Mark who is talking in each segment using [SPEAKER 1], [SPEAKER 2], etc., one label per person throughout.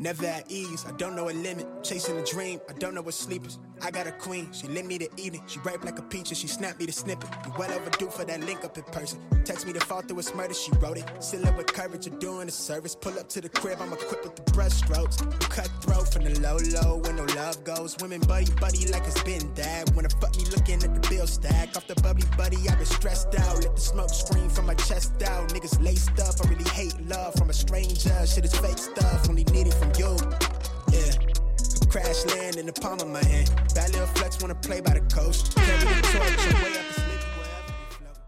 [SPEAKER 1] Never at ease, I don't know a limit. Chasing a dream, I don't know what sleep is. I got a queen, she lit me to evening. She ripe like a peach and she snapped me to snippet. You well overdue for that link up in person. Text me to fall through a murder, she wrote it. Still up with courage, you're doing a service. Pull up to the crib, I'm equipped with the brushstrokes. You cut throat from the low low when no love goes. Women buddy buddy like it's been that. When I fuck me looking at the bill stack. Off the bubbly buddy, i been stressed out. Let the smoke scream from my chest out. Niggas laced up, I really hate love from a stranger. Shit is fake stuff, only need it from you. Yeah. Crash land in the palm of my hand. That little flex wanna play by the coast. Carry the torch and way up and sleep wherever we float.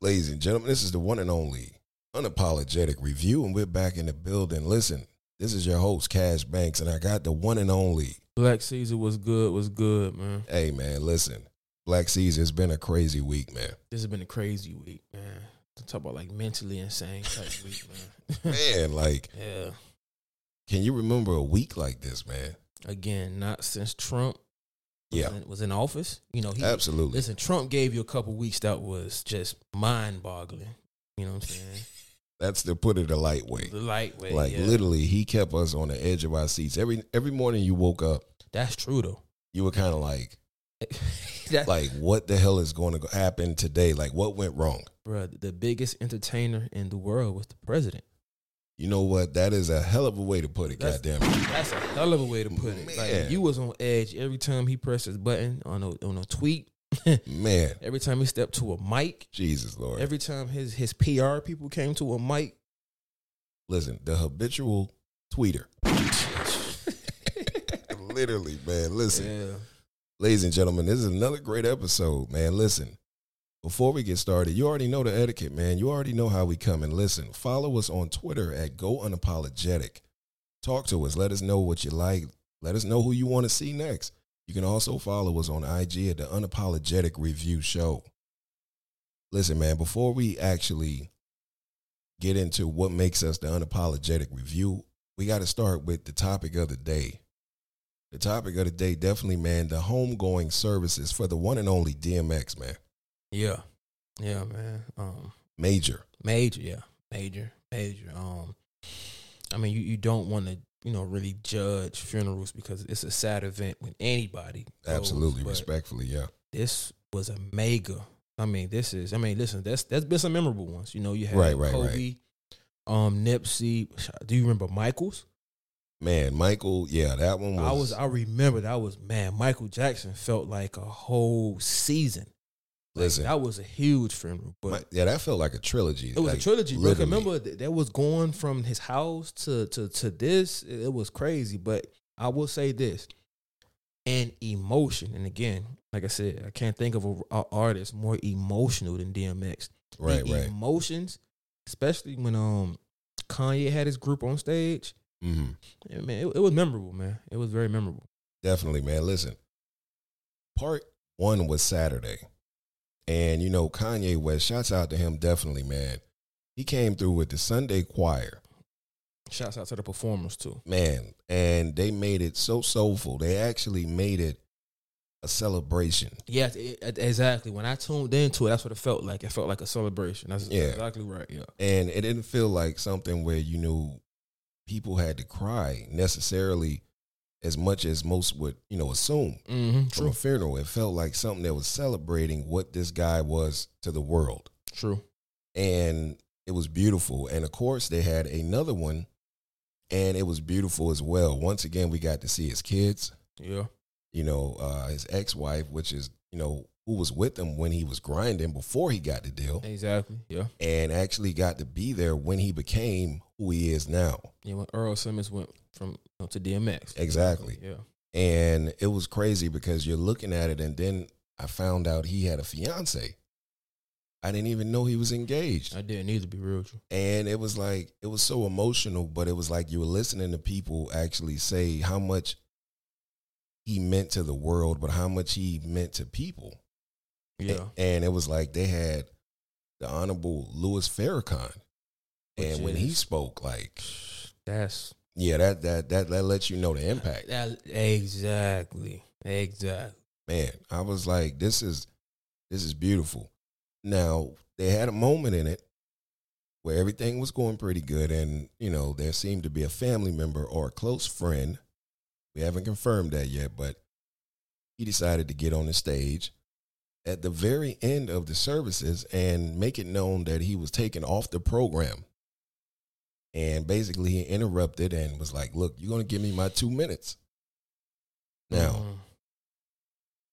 [SPEAKER 2] Ladies and gentlemen, this is the one and only unapologetic review, and we're back in the building. Listen, this is your host, Cash Banks, and I got the one and only.
[SPEAKER 3] Black Caesar was good, was good, man.
[SPEAKER 2] Hey, man, listen, Black Caesar, it's been a crazy week, man.
[SPEAKER 3] This has been a crazy week, man. To talk about like mentally insane type week, man.
[SPEAKER 2] Man, like,
[SPEAKER 3] yeah.
[SPEAKER 2] can you remember a week like this, man?
[SPEAKER 3] Again, not since Trump was,
[SPEAKER 2] Yeah,
[SPEAKER 3] in, was in office. You know, he
[SPEAKER 2] absolutely.
[SPEAKER 3] listen, Trump gave you a couple weeks that was just mind boggling. You know what I'm saying?
[SPEAKER 2] That's to put it a lightweight.
[SPEAKER 3] The lightweight.
[SPEAKER 2] Like,
[SPEAKER 3] yeah.
[SPEAKER 2] literally, he kept us on the edge of our seats. Every every morning you woke up,
[SPEAKER 3] That's true though.
[SPEAKER 2] you were kind of like,
[SPEAKER 3] that, like,
[SPEAKER 2] like, what the hell is going to happen today? Like, what went wrong?
[SPEAKER 3] bro, the biggest entertainer in the world was the president.
[SPEAKER 2] You know what? That is a hell of a way to put it.
[SPEAKER 3] That's-
[SPEAKER 2] Goddamn it.
[SPEAKER 3] That's a hell of a way to put it.
[SPEAKER 2] Man.
[SPEAKER 3] Like you was on edge every time he pressed his button on a on a tweet,
[SPEAKER 2] man,
[SPEAKER 3] every time he stepped to a mic,
[SPEAKER 2] Jesus Lord.
[SPEAKER 3] every time his his PR people came to a mic.
[SPEAKER 2] Listen, the habitual tweeter. Literally, man. Listen,
[SPEAKER 3] Yeah.
[SPEAKER 2] ladies and gentlemen, this is another great episode, man. Listen, before we get started, you already know the etiquette, man. You already know how we come and listen. Follow us on Twitter at Go Unapologetic. Talk to us. Let us know what you like. Let us know who you want to see next. You can also follow us on IG at the Unapologetic Review Show. Listen, man, before we actually get into what makes us the unapologetic review, we got to start with the topic of the day. The topic of the day, definitely, man, the homegoing services for the one and only DMX, man.
[SPEAKER 3] Yeah. Yeah, man. Um
[SPEAKER 2] Major.
[SPEAKER 3] major, yeah. Major. Major. Um I mean you, you don't want to, you know, really judge funerals because it's a sad event when anybody goes,
[SPEAKER 2] Absolutely,
[SPEAKER 3] but
[SPEAKER 2] respectfully, yeah.
[SPEAKER 3] This was a mega. I mean, this is I mean, listen, that's that's been some memorable ones. You know, you had
[SPEAKER 2] Right, right,
[SPEAKER 3] Kobe,
[SPEAKER 2] right.
[SPEAKER 3] um Nipsey. Do you remember Michaels?
[SPEAKER 2] Man, Michael, yeah, that one was.
[SPEAKER 3] I was I remember that was man, Michael Jackson felt like a whole season. Like,
[SPEAKER 2] listen,
[SPEAKER 3] that was a huge funeral, but
[SPEAKER 2] Mi- yeah, that felt like a trilogy.
[SPEAKER 3] it was
[SPEAKER 2] like,
[SPEAKER 3] a trilogy. Bro.
[SPEAKER 2] literally.
[SPEAKER 3] Remember th- that was going from his house to to to this. It it was crazy, but I will say this, and emotion. And again, like I said, I can't think of a, a artist more emotional than DMX. The
[SPEAKER 2] Right, right.
[SPEAKER 3] Emotions, especially when um Kanye had his group on stage.
[SPEAKER 2] hmm
[SPEAKER 3] Yeah, Man, it, it was memorable, man. It was very memorable.
[SPEAKER 2] Definitely, man. Listen, part one was Saturday. And, you know, Kanye West, shouts out to him, definitely, man. He came through with the Sunday choir,
[SPEAKER 3] Shouts out to the performers too.
[SPEAKER 2] man. And they made it so soulful. They actually made it a celebration.
[SPEAKER 3] Yeah, exactly. When I tuned into it, that's what it felt like. It felt like a celebration. That's
[SPEAKER 2] Yeah.
[SPEAKER 3] exactly right. Yeah.
[SPEAKER 2] And it didn't feel like something where, you knew people had to cry necessarily as much as most would, you know, assume.
[SPEAKER 3] Mm-hmm.
[SPEAKER 2] from a funeral. It felt like something that was celebrating what this guy was to the world.
[SPEAKER 3] True.
[SPEAKER 2] And it was beautiful. And of course, they had another one, and it was beautiful as well. Once again, we got to see his kids,
[SPEAKER 3] Yeah.
[SPEAKER 2] you know, uh, his ex wife, which is, you know, who was with him when he was grinding before he got the deal,
[SPEAKER 3] Exactly. Yeah.
[SPEAKER 2] and actually got to be there when he became who he is now.
[SPEAKER 3] Yeah. When Earl Simmons went from you know, to DMX.
[SPEAKER 2] Exactly.
[SPEAKER 3] Yeah.
[SPEAKER 2] And it was crazy because you're looking at it, and then I found out he had a fiance. I didn't even know he was engaged.
[SPEAKER 3] I didn't need to be real with you.
[SPEAKER 2] And it was like, it was so emotional, but it was like you were listening to people actually say how much he meant to the world, but how much he meant to people.
[SPEAKER 3] Yeah.
[SPEAKER 2] A- And it was like they had the Honorable Louis Farrakhan.
[SPEAKER 3] Which
[SPEAKER 2] and when he
[SPEAKER 3] is-
[SPEAKER 2] spoke, like,
[SPEAKER 3] That's
[SPEAKER 2] yeah, that, that, that, that lets you know the impact.
[SPEAKER 3] that, exactly. Exactly.
[SPEAKER 2] man, I was like, this is this is beautiful. Now they had a moment in it where everything was going pretty good, and you know there seemed to be a family member or a close friend. We haven't confirmed that yet, but he decided to get on the stage at the very end of the services and make it known that he was taken off the program. And basically, he interrupted and was like, "Look, you're gonna give me my two minutes." Now,
[SPEAKER 3] Mm-hmm.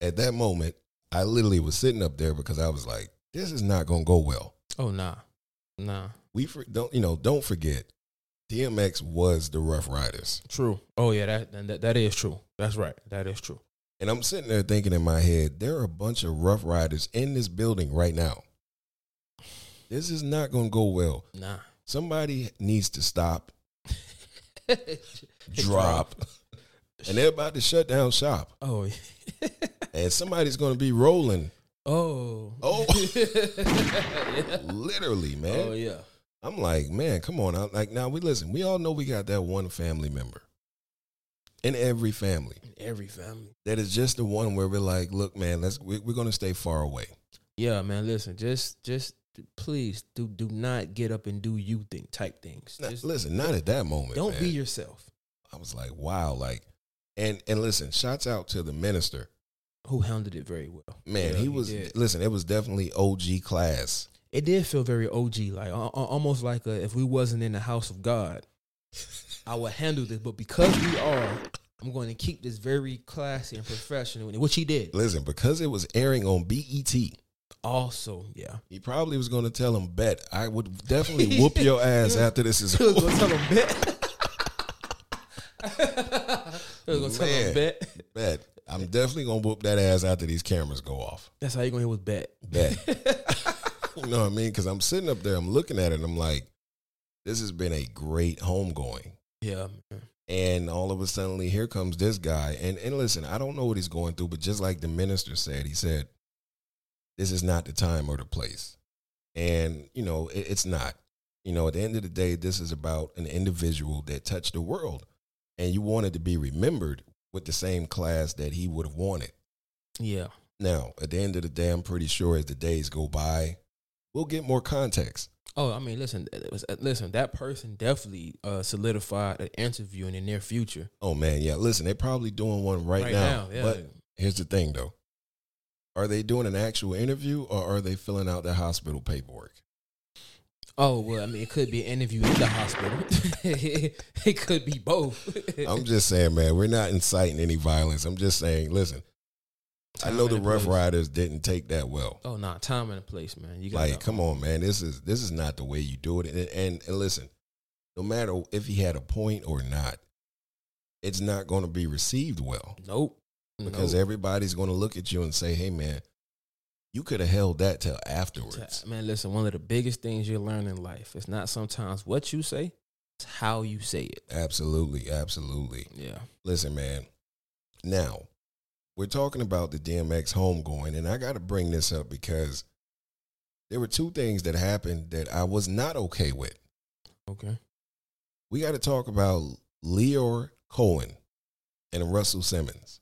[SPEAKER 2] at that moment, I literally was sitting up there because I was like, "This is not gonna go well."
[SPEAKER 3] Oh nah, nah.
[SPEAKER 2] We for, don't, you know, don't forget, DMX was the Rough Riders,
[SPEAKER 3] True. Oh yeah, that and that, that is true. That's right. That is true.
[SPEAKER 2] and I'm sitting there thinking in my head, there are a bunch of Rough Riders in this building right now. This is not gonna go well.
[SPEAKER 3] Nah.
[SPEAKER 2] Somebody needs to stop, drop, and they're about to shut down shop,
[SPEAKER 3] Oh. yeah.
[SPEAKER 2] and somebody's gonna be rolling.
[SPEAKER 3] Oh.
[SPEAKER 2] Oh,
[SPEAKER 3] yeah.
[SPEAKER 2] literally, man.
[SPEAKER 3] Oh yeah.
[SPEAKER 2] I'm like, man, come on. I'm like, now we listen. We all know we got that one family member in every family
[SPEAKER 3] In every family.
[SPEAKER 2] that is just the one where we're like, look, man, let's we, we're gonna stay far away.
[SPEAKER 3] Yeah, man. Listen, just just please do do not get up and do you thing type things.
[SPEAKER 2] Now,
[SPEAKER 3] Just
[SPEAKER 2] listen, not at that moment.
[SPEAKER 3] don't
[SPEAKER 2] man.
[SPEAKER 3] be yourself.
[SPEAKER 2] I was like, wow, like, and and listen, shouts out to the minister.
[SPEAKER 3] Who handled it very well.
[SPEAKER 2] Man,
[SPEAKER 3] Yeah,
[SPEAKER 2] he was
[SPEAKER 3] did.
[SPEAKER 2] listen. It was definitely OG class.
[SPEAKER 3] It did feel very OG, like al- al- almost like uh if we wasn't in the house of God, I would handle this. But because we are, I'm going to keep this very classy and professional, which he did.
[SPEAKER 2] Listen, because it was airing on BET, he
[SPEAKER 3] Also, yeah,
[SPEAKER 2] probably was gonna tell him, bet I would definitely whoop your ass after this is
[SPEAKER 3] He was
[SPEAKER 2] over.
[SPEAKER 3] gonna tell him bet. he was gonna tell
[SPEAKER 2] Man.
[SPEAKER 3] him bet.
[SPEAKER 2] Bet. I'm definitely gonna whoop that ass after these cameras go off.
[SPEAKER 3] That's how you gonna hear was bet.
[SPEAKER 2] Bet. you know what I mean? Because I'm sitting up there, I'm looking at it, and I'm like, this has been a great homegoing.
[SPEAKER 3] Yeah, man.
[SPEAKER 2] And all of a sudden, here comes this guy. And and listen, I don't know what he's going through, but just like the minister said, he said, This is not the time or the place. And, you know, it, it's not. You know, at the end of the day, this is about an individual that touched the world. And you wanted to be remembered with the same class that he would have wanted.
[SPEAKER 3] yeah,
[SPEAKER 2] Now, at the end of the day, I'm pretty sure as the days go by, we'll get more context.
[SPEAKER 3] Oh, I mean, listen, it was- uh, listen. That person definitely uh, solidified an interview in the near future.
[SPEAKER 2] Oh man, yeah. Listen, they're probably doing one right, now.
[SPEAKER 3] yeah.
[SPEAKER 2] But here's the thing though. Are they doing an actual interview or are they filling out their hospital paperwork?
[SPEAKER 3] oh well, I mean, it could be an interview in the hospital. it could be both.
[SPEAKER 2] I'm just saying, man, we're not inciting any violence. I'm just saying, listen, I
[SPEAKER 3] Time
[SPEAKER 2] know
[SPEAKER 3] and
[SPEAKER 2] the
[SPEAKER 3] a
[SPEAKER 2] Rough
[SPEAKER 3] place.
[SPEAKER 2] Riders didn't take that well.
[SPEAKER 3] Oh, nah, time and a place, man. You got
[SPEAKER 2] Like, come on, man. This is this is not the way you do it. And, and and listen, no matter if he had a point or not, it's not going to be received well.
[SPEAKER 3] Nope.
[SPEAKER 2] because
[SPEAKER 3] Nope.
[SPEAKER 2] everybody's going to look at you and say, "Hey, man, you could have held that till afterwards."
[SPEAKER 3] man, listen. One of the biggest things you learn in life is not sometimes what you say, it's how you say it.
[SPEAKER 2] Absolutely, absolutely.
[SPEAKER 3] Yeah.
[SPEAKER 2] Listen, man. Now we're talking about the DMX homegoing, and I got to bring this up because there were two things that happened that I was not okay with.
[SPEAKER 3] Okay.
[SPEAKER 2] We got to talk about Leor Cohen and Russell Simmons.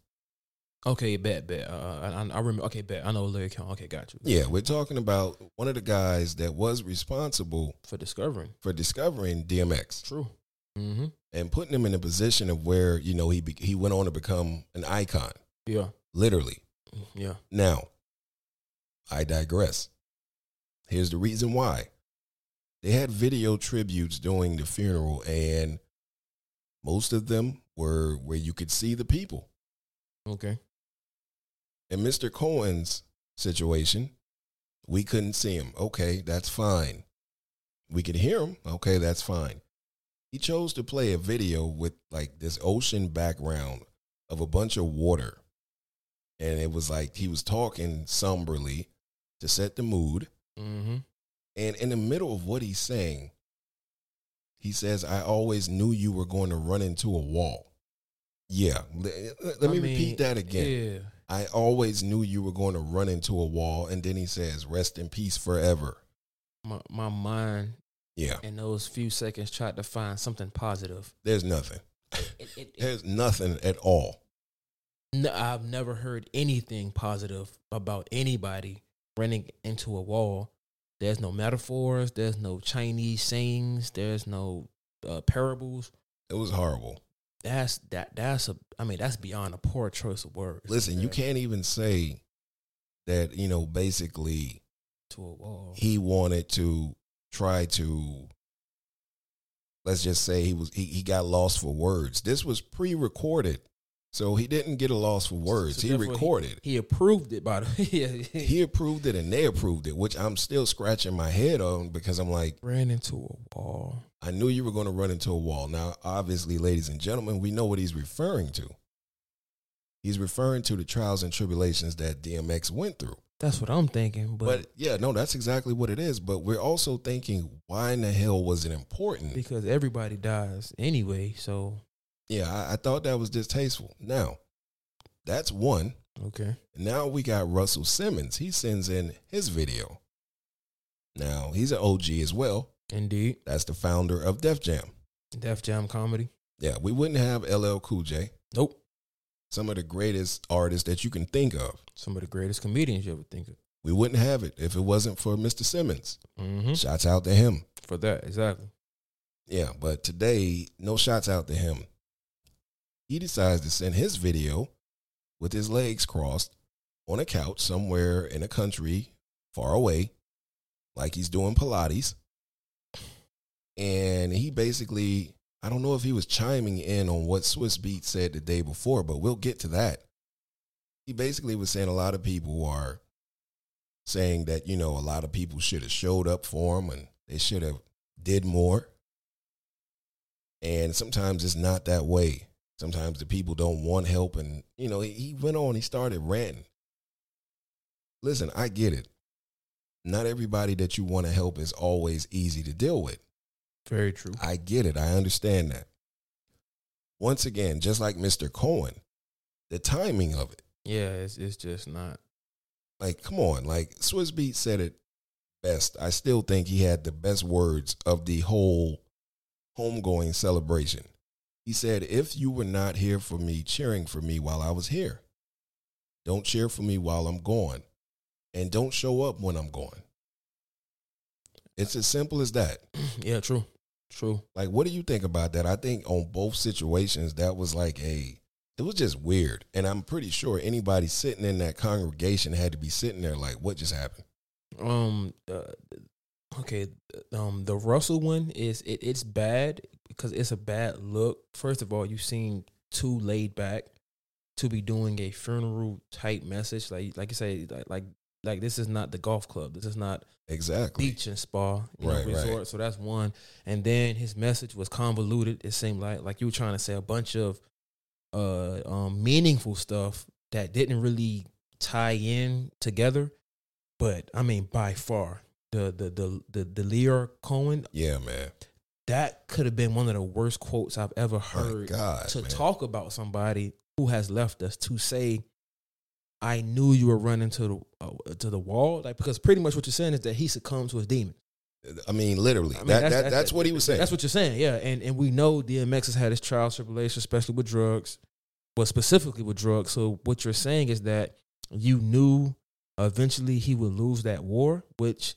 [SPEAKER 3] Okay, bet, bet. Uh, I, I- I remember. Okay, bet. I know Larry Count. Okay, got you.
[SPEAKER 2] Yeah, we're talking about one of the guys that was responsible
[SPEAKER 3] For discovering.
[SPEAKER 2] for discovering DMX.
[SPEAKER 3] True. Mm-hmm.
[SPEAKER 2] and putting him in a position of where you know he be, he went on to become an icon,
[SPEAKER 3] Yeah.
[SPEAKER 2] literally.
[SPEAKER 3] Yeah.
[SPEAKER 2] Now, I digress. Here's the reason why they had video tributes during the funeral, and most of them were where you could see the people.
[SPEAKER 3] Okay.
[SPEAKER 2] In Mr. Cohen's situation, we couldn't see him. Okay, that's fine. We could hear him. Okay, that's fine. He chose to play a video with like this ocean background of a bunch of water. And it was like he was talking somberly to set the mood.
[SPEAKER 3] Mm-hmm.
[SPEAKER 2] And in the middle of what he's saying, he says, I always knew you were going to run into a wall. Yeah. Let, let me repeat that again.
[SPEAKER 3] Yeah.
[SPEAKER 2] I always knew you were going to run into a wall. And then he says, rest in peace forever.
[SPEAKER 3] My, my mind
[SPEAKER 2] Yeah,
[SPEAKER 3] in those few seconds tried to find something positive.
[SPEAKER 2] there's nothing.
[SPEAKER 3] It, it, it-
[SPEAKER 2] There's nothing at all.
[SPEAKER 3] no, I've never heard anything positive about anybody running into a wall There's no metaphors. There's no Chinese sayings. There's no uh, parables.
[SPEAKER 2] It was horrible.
[SPEAKER 3] That's that. That's a. I mean, that's beyond a poor choice of words.
[SPEAKER 2] Listen, you
[SPEAKER 3] compared
[SPEAKER 2] can't even say that, you know, basically
[SPEAKER 3] to a wall.
[SPEAKER 2] he wanted to try to let's just say he was he, he got lost for words. This was pre-recorded. So he didn't get a loss for words.
[SPEAKER 3] So
[SPEAKER 2] he
[SPEAKER 3] therefore
[SPEAKER 2] recorded.
[SPEAKER 3] He, approved it by the. yeah,
[SPEAKER 2] he approved it and they approved it, which I'm still scratching my head on because I'm like,
[SPEAKER 3] ran into a wall.
[SPEAKER 2] I knew you were going to run into a wall. Now, obviously, ladies and gentlemen, we know what he's referring to. He's referring to the trials and tribulations that DMX went through.
[SPEAKER 3] That's what I'm thinking.
[SPEAKER 2] But,
[SPEAKER 3] But,
[SPEAKER 2] yeah, no, that's exactly what it is. But we're also thinking, why in the hell was it important?
[SPEAKER 3] because everybody dies anyway, so
[SPEAKER 2] yeah, I, I thought that was distasteful. Now, that's one.
[SPEAKER 3] okay.
[SPEAKER 2] Now we got Russell Simmons. He sends in his video. Now, he's an OG as well.
[SPEAKER 3] Indeed,
[SPEAKER 2] That's the founder of Def Jam.
[SPEAKER 3] Def Jam comedy.
[SPEAKER 2] Yeah, we wouldn't have LL Cool J,
[SPEAKER 3] Nope.
[SPEAKER 2] some of the greatest artists that you can think of.
[SPEAKER 3] Some of the greatest comedians you ever think of.
[SPEAKER 2] We wouldn't have it if it wasn't for Mr. Simmons.
[SPEAKER 3] Mm-hmm.
[SPEAKER 2] Shouts out to him.
[SPEAKER 3] For that, exactly.
[SPEAKER 2] Yeah, but today, no shouts out to him. He decides to send his video with his legs crossed on a couch somewhere in a country far away, like he's doing Pilates. And he basically, I don't know if he was chiming in on what Swiss Beat said the day before, but we'll get to that. He basically was saying a lot of people are saying that, you know, a lot of people should have showed up for him and they should have did more. And sometimes it's not that way. Sometimes the people don't want help. And, you know, he, he went on, he started ranting. Listen, I get it. Not everybody that you want to help is always easy to deal with.
[SPEAKER 3] Very true.
[SPEAKER 2] I get it. I understand that. Once again, just like Mr. Cohen, the timing of it.
[SPEAKER 3] Yeah, it's it's just not.
[SPEAKER 2] Like, come on. Like, Swiss Beat said it best. I still think he had the best words of the whole homegoing celebration. He said, If you were not here for me, cheering for me while I was here, don't cheer for me while I'm gone, and don't show up when I'm gone. It's as simple as that.
[SPEAKER 3] yeah, true. True.
[SPEAKER 2] Like, what do you think about that? I think on both situations, that was like a, it was just weird. And I'm pretty sure anybody sitting in that congregation had to be sitting there like, what just happened?
[SPEAKER 3] Um. Uh, okay. Um. The Russell one is it, It's bad because it's a bad look. First of all, you seem too laid back to be doing a funeral type message. Like like you say, like like like this is not the golf club. This is not
[SPEAKER 2] Exactly.
[SPEAKER 3] beach and spa you
[SPEAKER 2] Right,
[SPEAKER 3] know,
[SPEAKER 2] right.
[SPEAKER 3] resort. So that's one. And then his message was convoluted. It seemed like like you were trying to say a bunch of uh um, meaningful stuff that didn't really tie in together. But I mean, by far the the the the, the Lear Cohen
[SPEAKER 2] Yeah, man.
[SPEAKER 3] that could have been one of the worst quotes I've ever
[SPEAKER 2] My
[SPEAKER 3] heard
[SPEAKER 2] God.
[SPEAKER 3] to
[SPEAKER 2] man.
[SPEAKER 3] talk about somebody who has left us to say i knew you were running to the uh, to the wall like because pretty much what you're saying is that he succumbed to his demon
[SPEAKER 2] I mean, literally.
[SPEAKER 3] I mean,
[SPEAKER 2] that, that, that's, what he was saying.
[SPEAKER 3] that's what you're saying yeah and and we know dmx has had his trial tribulation especially with drugs but specifically with drugs so what you're saying is that you knew eventually he would lose that war which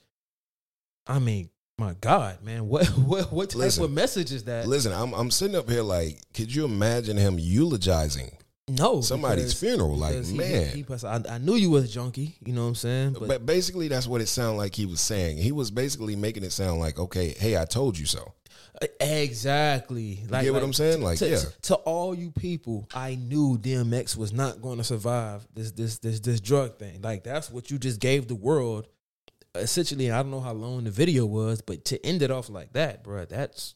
[SPEAKER 3] i mean my god man what what what type
[SPEAKER 2] Listen.
[SPEAKER 3] of message is that
[SPEAKER 2] Listen, I'm, I'm sitting up here like, could you imagine him eulogizing
[SPEAKER 3] no
[SPEAKER 2] somebody's
[SPEAKER 3] because-
[SPEAKER 2] funeral? Like,
[SPEAKER 3] Because he-
[SPEAKER 2] man. Uh,
[SPEAKER 3] he plus- I, I knew you was a junkie. You know what I'm saying?
[SPEAKER 2] but,
[SPEAKER 3] But,
[SPEAKER 2] basically, that's what it sounded like he was saying. He was basically making it sound like, okay, hey, I told you so.
[SPEAKER 3] e-, exactly, like
[SPEAKER 2] get what I'm saying? Like,
[SPEAKER 3] to,
[SPEAKER 2] yeah.
[SPEAKER 3] to, to all you people, I knew DMX was not going to survive this this this this drug thing. Like that's what you just gave the world. Essentially, and I don't know how long the video was, but to end it off like that, bruh, that's.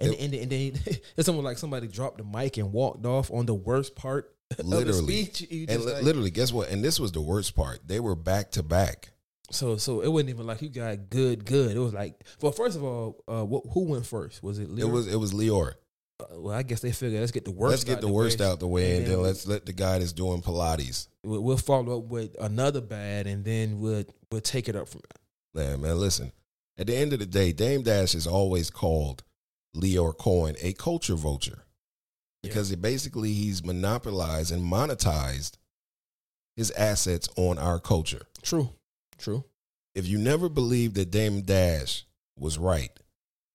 [SPEAKER 3] And,
[SPEAKER 2] It-
[SPEAKER 3] and, and then it's almost like somebody dropped the mic and walked off on the worst part.
[SPEAKER 2] Literally.
[SPEAKER 3] of the speech. You
[SPEAKER 2] And
[SPEAKER 3] just
[SPEAKER 2] li-
[SPEAKER 3] like-
[SPEAKER 2] literally, guess what? And this was the worst part. They were back to back.
[SPEAKER 3] So so it wasn't even like you got good good. It was like well, first of all, uh, what who went first? Was it?
[SPEAKER 2] It
[SPEAKER 3] Lil?
[SPEAKER 2] was it was Lior.
[SPEAKER 3] Uh, well, I guess they figured let's get the worst.
[SPEAKER 2] Let's get
[SPEAKER 3] out
[SPEAKER 2] the worst out the way, and, then,
[SPEAKER 3] we-
[SPEAKER 2] let's let the guy that's doing Pilates.
[SPEAKER 3] We'll, we'll follow up with another bad, and then we'll we'll take it up from.
[SPEAKER 2] Man, man, listen. At the end of the day, Dame Dash is always called Lior Cohen a culture vulture because it basically he's monopolized and monetized his assets on our culture.
[SPEAKER 3] True, true.
[SPEAKER 2] if you never believed that Dame Dash was right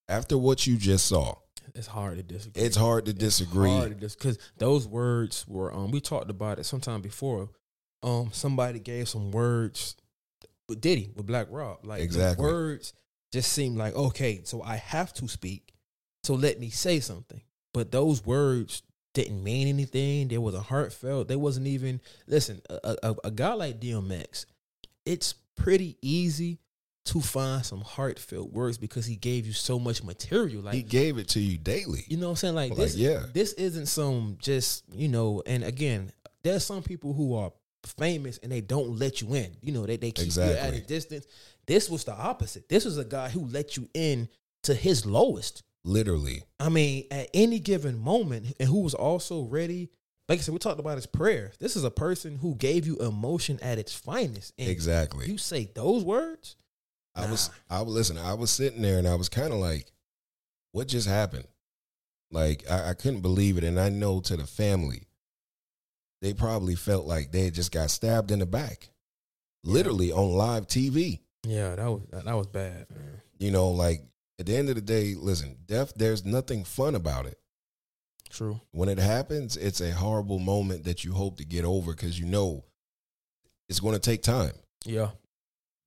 [SPEAKER 2] after what you just saw,
[SPEAKER 3] It's hard to disagree.
[SPEAKER 2] it's hard to disagree.
[SPEAKER 3] because those words were um we talked about it sometime before. Um, somebody gave some words with Diddy with Black Rob. Like the
[SPEAKER 2] Exactly.
[SPEAKER 3] words just seemed like okay, so I have to speak. So let me say something. But those words didn't mean anything. There was a heartfelt. They wasn't even listen. A, a, a guy like DMX, it's pretty easy to find some heartfelt words because he gave you so much material. Like
[SPEAKER 2] he gave it to you daily.
[SPEAKER 3] you know what I'm saying? Like,
[SPEAKER 2] Like,
[SPEAKER 3] this,
[SPEAKER 2] yeah.
[SPEAKER 3] this isn't some just you know. And again, there's some people who are famous and they don't let you in. You know, they they keep you at
[SPEAKER 2] Exactly.
[SPEAKER 3] a distance. This was the opposite. This was a guy who let you in to his lowest.
[SPEAKER 2] Literally,
[SPEAKER 3] I mean, at any given moment, and who was also ready. Like I said, we talked about his prayer. This is a person who gave you emotion at its finest. And
[SPEAKER 2] exactly.
[SPEAKER 3] You say those words.
[SPEAKER 2] I was, I was listen. I was sitting there and I was kind of like, "What just happened?" Like I, I couldn't believe it, and I know to the family, they probably felt like they had just got stabbed in the back, literally on live TV.
[SPEAKER 3] Yeah, that was that was bad, man.
[SPEAKER 2] You know, like at the end of the day, listen, death. There's nothing fun about it.
[SPEAKER 3] True.
[SPEAKER 2] When it happens, it's a horrible moment that you hope to get over because you know it's going to take time.
[SPEAKER 3] Yeah.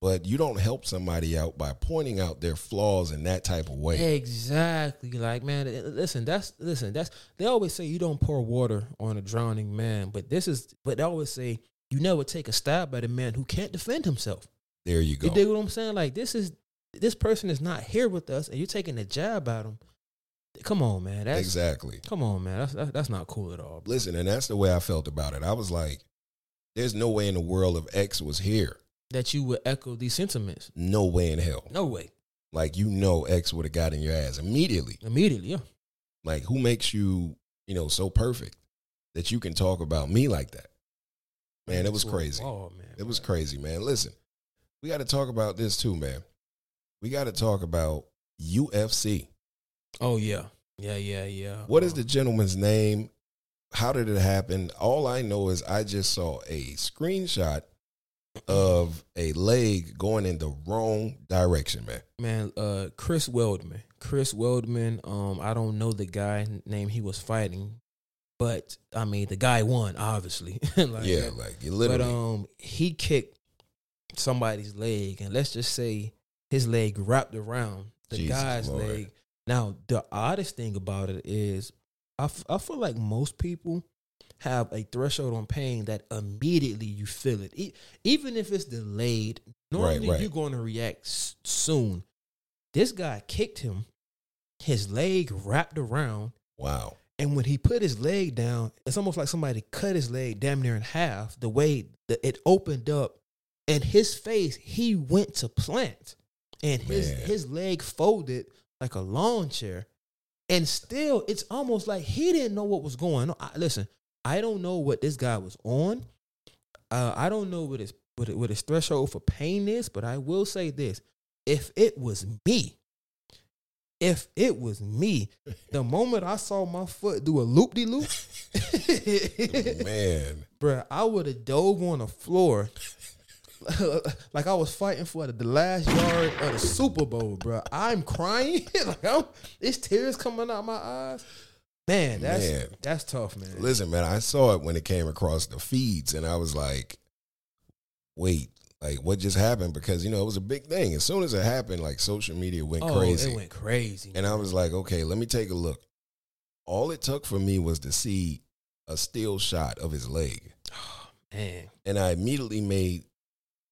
[SPEAKER 2] But you don't help somebody out by pointing out their flaws in that type of way.
[SPEAKER 3] Exactly. Like, man, eh, listen, that's listen, that's they always say you don't pour water on a drowning man, but this is but they always say you never take a stab at a man who can't defend himself.
[SPEAKER 2] There you go.
[SPEAKER 3] You dig what I'm saying? Like this is this person is not here with us and you're taking a jab at him. Come on, man. That's
[SPEAKER 2] exactly.
[SPEAKER 3] come on, man. That's that's, that's not cool at all. bro.
[SPEAKER 2] Listen, and that's the way I felt about it. I was like, there's no way in the world if X was here.
[SPEAKER 3] That you would echo these sentiments.
[SPEAKER 2] No way in hell.
[SPEAKER 3] No way.
[SPEAKER 2] Like, you know, X would have gotten your ass immediately.
[SPEAKER 3] Immediately, yeah.
[SPEAKER 2] Like, who makes you, you know, so perfect that you can talk about me like that? Man, it was
[SPEAKER 3] It's
[SPEAKER 2] crazy.
[SPEAKER 3] wild, Oh, man.
[SPEAKER 2] It was crazy, man. Listen, we got to talk about this too, man. We got to talk about UFC.
[SPEAKER 3] Oh yeah. Yeah, yeah, yeah.
[SPEAKER 2] What is the gentleman's name? How did it happen? All I know is I just saw a screenshot of a leg going in the wrong direction, man.
[SPEAKER 3] man uh chris weldman chris weldman um i don't know the guy name he was fighting but i mean the guy won obviously like,
[SPEAKER 2] yeah, like you literally.
[SPEAKER 3] but um he kicked somebody's leg and let's just say his leg wrapped around the
[SPEAKER 2] Jesus
[SPEAKER 3] guy's
[SPEAKER 2] Lord.
[SPEAKER 3] leg now the oddest thing about it is I, f- I feel like most people have a threshold on pain that immediately you feel it E- even if it's delayed normally
[SPEAKER 2] right.
[SPEAKER 3] you're going to react s- soon this guy kicked him his leg wrapped around
[SPEAKER 2] wow.
[SPEAKER 3] and when he put his leg down, it's almost like somebody cut his leg damn near in half. The way that it opened up, and his face, he went to plant, and his
[SPEAKER 2] Man.
[SPEAKER 3] his leg folded like a lawn chair. And still, it's almost like he didn't know what was going on. I, listen, I don't know what this guy was on. Uh, I don't know what his what, his- what his threshold for pain is, but I will say this: if it was me, if it was me, the moment I saw my foot do a loop de loop,
[SPEAKER 2] man.
[SPEAKER 3] bruh, I would have dove on the floor like I was fighting for the, the last yard of the Super Bowl, bruh. I'm crying, like I'm, it's tears coming out my eyes. Man, that's
[SPEAKER 2] Man.
[SPEAKER 3] that's tough, man.
[SPEAKER 2] Listen, man, I saw it when it came across the feeds and I was like, wait, like what just happened? Because, you know, it was a big thing. As soon as it happened, like social media went
[SPEAKER 3] oh,
[SPEAKER 2] crazy.
[SPEAKER 3] it went crazy.
[SPEAKER 2] And I was like, okay, let me take a look. All it took for me was to see a still shot of his leg.
[SPEAKER 3] man.
[SPEAKER 2] And I immediately made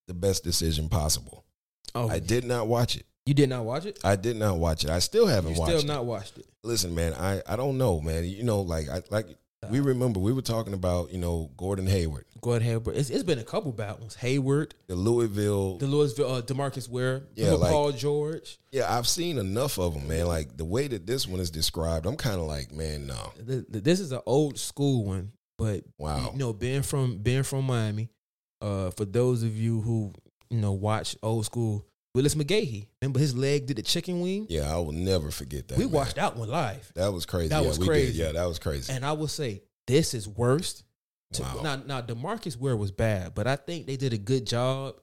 [SPEAKER 2] the best decision possible.
[SPEAKER 3] Oh,
[SPEAKER 2] I did not watch it.
[SPEAKER 3] you did not watch it?
[SPEAKER 2] I did not watch it. I still haven't
[SPEAKER 3] You
[SPEAKER 2] watched
[SPEAKER 3] still
[SPEAKER 2] it.
[SPEAKER 3] not watched it.
[SPEAKER 2] Listen, man, I, I don't know, man. You know, like I like
[SPEAKER 3] Uh-huh.
[SPEAKER 2] we remember we were talking about, you know, Gordon Hayward,
[SPEAKER 3] Go ahead, bro. It's, it's been a couple bad ones. Hayward,
[SPEAKER 2] the Louisville.
[SPEAKER 3] the Louisville, uh, Demarcus Ware,
[SPEAKER 2] Yeah, like-
[SPEAKER 3] Paul George.
[SPEAKER 2] yeah, I've seen enough of them, man. Like the way that this one is described, I'm kind of like, man, no.
[SPEAKER 3] th- th- this is an old school one, but
[SPEAKER 2] Wow.
[SPEAKER 3] you know, being from being from Miami, uh, for those of you who you know watch old school, Willis McGahee, remember his leg did the chicken wing?
[SPEAKER 2] Yeah, I will never forget that.
[SPEAKER 3] we
[SPEAKER 2] man.
[SPEAKER 3] watched that one live,
[SPEAKER 2] That was crazy.
[SPEAKER 3] That
[SPEAKER 2] yeah,
[SPEAKER 3] was
[SPEAKER 2] we Did.
[SPEAKER 3] crazy.
[SPEAKER 2] Yeah, that was crazy.
[SPEAKER 3] and I will say this is worst. To,
[SPEAKER 2] Wow.
[SPEAKER 3] Now, now Demarcus Ware was bad, but I think they did a good job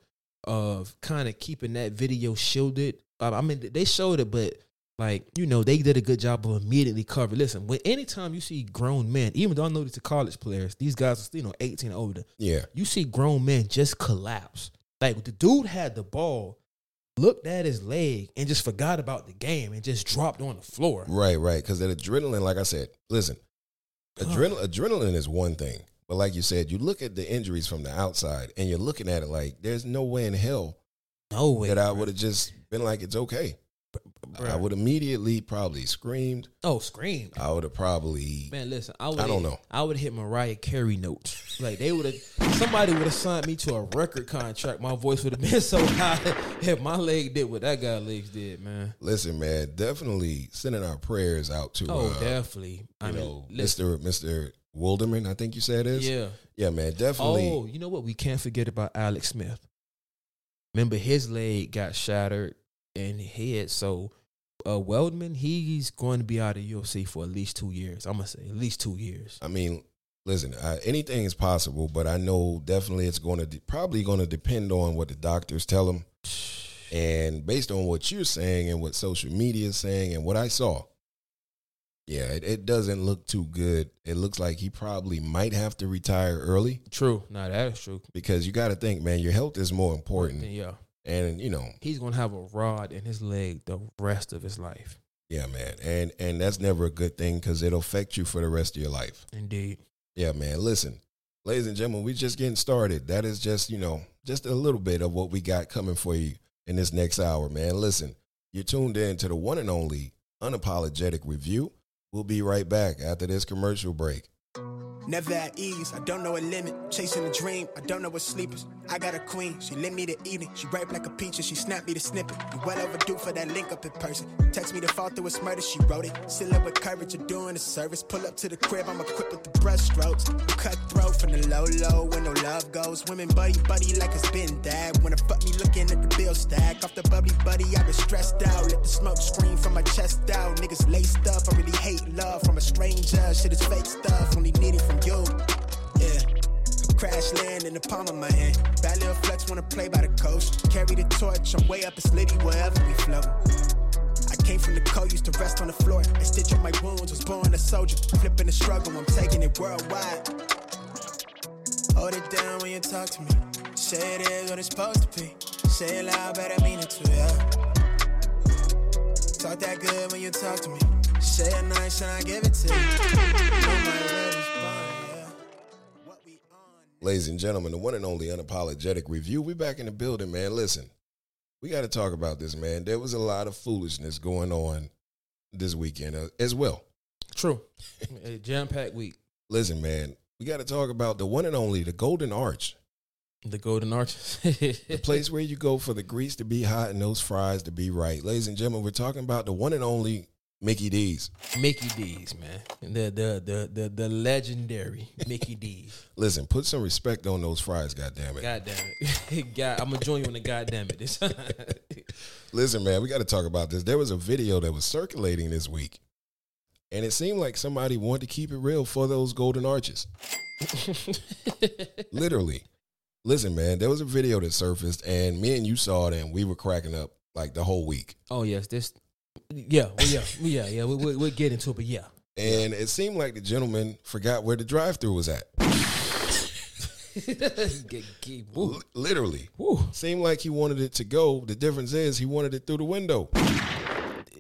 [SPEAKER 3] of kind of keeping that video shielded. I I mean, they showed it, but like you know, they did a good job of immediately covering. Listen, when anytime you see grown men, even though I know these are college players, these guys are still, you know eighteen and older.
[SPEAKER 2] Yeah.
[SPEAKER 3] You see grown men just collapse. Like the dude had the ball, looked at his leg, and just forgot about the game and just dropped on the floor.
[SPEAKER 2] Right, right. Because that adrenaline, like I said, listen, adrenaline, adrenaline is one thing. But like you said, you look at the injuries from the outside and you're looking at it like there's no way in hell
[SPEAKER 3] No way.
[SPEAKER 2] that I would have just been like, it's okay. I
[SPEAKER 3] bruh.
[SPEAKER 2] would immediately probably screamed.
[SPEAKER 3] Oh, scream.
[SPEAKER 2] I would have probably
[SPEAKER 3] Man, listen, I would.
[SPEAKER 2] I don't know.
[SPEAKER 3] I would hit Mariah Carey notes. Like they would have. Somebody would have signed me to a record contract. My voice would have been so high if my leg did what that guy's legs did, man.
[SPEAKER 2] listen, man. Definitely sending our prayers out to
[SPEAKER 3] Oh,
[SPEAKER 2] uh,
[SPEAKER 3] deiterally. I
[SPEAKER 2] you
[SPEAKER 3] mean,
[SPEAKER 2] know,
[SPEAKER 3] listen,
[SPEAKER 2] Mr. Mr. Wilderman. I think you said is
[SPEAKER 3] yeah.
[SPEAKER 2] yeah, man. Definitely.
[SPEAKER 3] Oh, you know what? We can't forget about Alex Smith. Remember, his leg got shattered and head. So, uh, Weldman, he's going to be out of UFC for at least two years. I'm gonna say at least two years.
[SPEAKER 2] I mean, listen, uh, anything is possible, but I know definitely it's going to de- probably going to depend on what the doctors tell them, and based on what you're saying and what social media is saying and what I saw. Yeah, it, it doesn't look too good. It looks like he probably might have to retire early
[SPEAKER 3] True. Nah, that is true.
[SPEAKER 2] because you got to think, man, your health is more important.
[SPEAKER 3] Yeah.
[SPEAKER 2] And you know,
[SPEAKER 3] he's gonna have a rod in his leg the rest of his life.
[SPEAKER 2] yeah, man, and and that's never a good thing because it'll affect you for the rest of your life.
[SPEAKER 3] Indeed.
[SPEAKER 2] Yeah, man. Listen, ladies and gentlemen, we're just getting started. That is just, you know, just a little bit of what we got coming for you in this next hour, man. Listen, you're tuned in to the one and only unapologetic review. We'll be right back after this commercial break.
[SPEAKER 1] Never at ease, I don't know a limit. Chasing a dream, I don't know what sleep is. I got a queen, she lit me to evening. She ripe like a peach and she snapped me to snippet. You well overdue for that link up in person. Text me to fall through its murder, she wrote it. Still up with courage, you're doing a service. Pull up to the crib, I'm equipped with the brushstrokes. Cutthroat from the low low, where no love goes. Women buddy buddy like it's been that. When I fuck me looking at the bill stack. Off the bubbly buddy, I've been stressed out. Let the smoke scream from my chest out. Niggas laced up, I really hate love from a stranger. Shit is fake stuff, only need it from you. Yeah. Crash land in the palm of my hand. Bad little flex wanna play by the coast. Carry the torch, I'm way up in Liddy wherever we float. I came from the cold, used to rest on the floor. And stitch up my wounds, was born a soldier. Flipping the struggle, I'm taking it worldwide. Hold it down when you talk to me. Say it is what it's supposed to be. Say it loud, but I mean it too, yeah. Talk that good when you talk to me. Say it nice and I give it to you. Know my love is blind, yeah. What we on?
[SPEAKER 2] Ladies and gentlemen, the one and only unapologetic review. we back in the building, man. Listen, we got to talk about this, man. There was a lot of foolishness going on this weekend uh, as well.
[SPEAKER 3] True. Jam packed week.
[SPEAKER 2] Listen, man, we got to talk about the one and only, the Golden Arch.
[SPEAKER 3] The Golden Arches.
[SPEAKER 2] The place where you go for the grease to be hot and those fries to be right. Ladies and gentlemen, we're talking about the one and only Mickey D's.
[SPEAKER 3] Mickey D's, man. The the the the, the legendary Mickey D's.
[SPEAKER 2] Listen, put some respect on those fries, goddammit. it.
[SPEAKER 3] God damn it. God, I'm gonna join you on the goddamn it. This-
[SPEAKER 2] Listen, man, we got to talk about this. There was a video that was circulating this week, and it seemed like somebody wanted to keep it real for those golden arches. Literally. Listen, man, there was a video that surfaced, and me and you saw it, and we were cracking up like the whole week.
[SPEAKER 3] oh yes, this yeah, well, yeah, well, yeah, yeah. We, we, we'll get into it, but yeah.
[SPEAKER 2] And it seemed like the gentleman forgot where the drive through was at.
[SPEAKER 3] Get- get- woo,
[SPEAKER 2] L- literally.
[SPEAKER 3] woo.
[SPEAKER 2] Seemed like he wanted it to go. The difference is he wanted it through the window,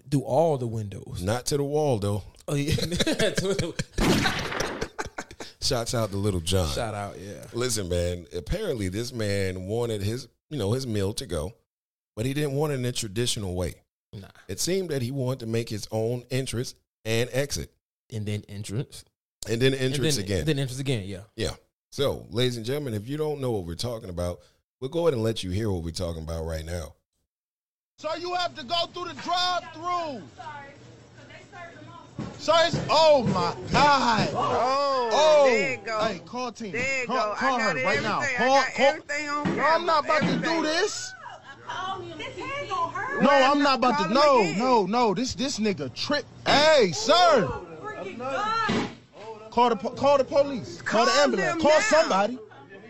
[SPEAKER 3] Do all the windows.
[SPEAKER 2] not to the wall though.
[SPEAKER 3] Oh yeah.
[SPEAKER 2] Shouts out to Little John.
[SPEAKER 3] Shout out, yeah.
[SPEAKER 2] Listen, man. Apparently, this man wanted his, you know, his meal to go, but he didn't want it in a traditional way.
[SPEAKER 3] Nah.
[SPEAKER 2] It seemed that he wanted to make his own entrance and exit,
[SPEAKER 3] And then entrance.
[SPEAKER 2] and then
[SPEAKER 3] And
[SPEAKER 2] entrance
[SPEAKER 3] then,
[SPEAKER 2] again.
[SPEAKER 3] Then entrance again, yeah.
[SPEAKER 2] yeah. So, ladies and gentlemen, if you don't know what we're talking about, we'll go ahead and let you hear what we're talking about right now.
[SPEAKER 4] Sir, you have to go through the drive-through. Sir, it's, oh my God.
[SPEAKER 5] Oh,
[SPEAKER 4] Oh,
[SPEAKER 5] there you go.
[SPEAKER 4] hey, call Tina.
[SPEAKER 5] There you
[SPEAKER 4] call
[SPEAKER 5] go.
[SPEAKER 4] call
[SPEAKER 5] I got
[SPEAKER 4] her
[SPEAKER 5] it,
[SPEAKER 4] right now.
[SPEAKER 5] everything.
[SPEAKER 4] Call,
[SPEAKER 5] I got
[SPEAKER 4] call.
[SPEAKER 5] everything on
[SPEAKER 4] No, I'm not about to
[SPEAKER 5] everything.
[SPEAKER 4] do this.
[SPEAKER 6] Depends on her.
[SPEAKER 4] No,
[SPEAKER 5] Well,
[SPEAKER 4] I'm not about to.
[SPEAKER 5] call
[SPEAKER 4] No,
[SPEAKER 5] again.
[SPEAKER 4] no, no. This this nigga trip. Hey, sir,
[SPEAKER 6] Freaking God.
[SPEAKER 4] call the po- call the police. Call, the
[SPEAKER 5] Call
[SPEAKER 4] ambulance.
[SPEAKER 5] them
[SPEAKER 4] Call
[SPEAKER 5] now.
[SPEAKER 4] somebody.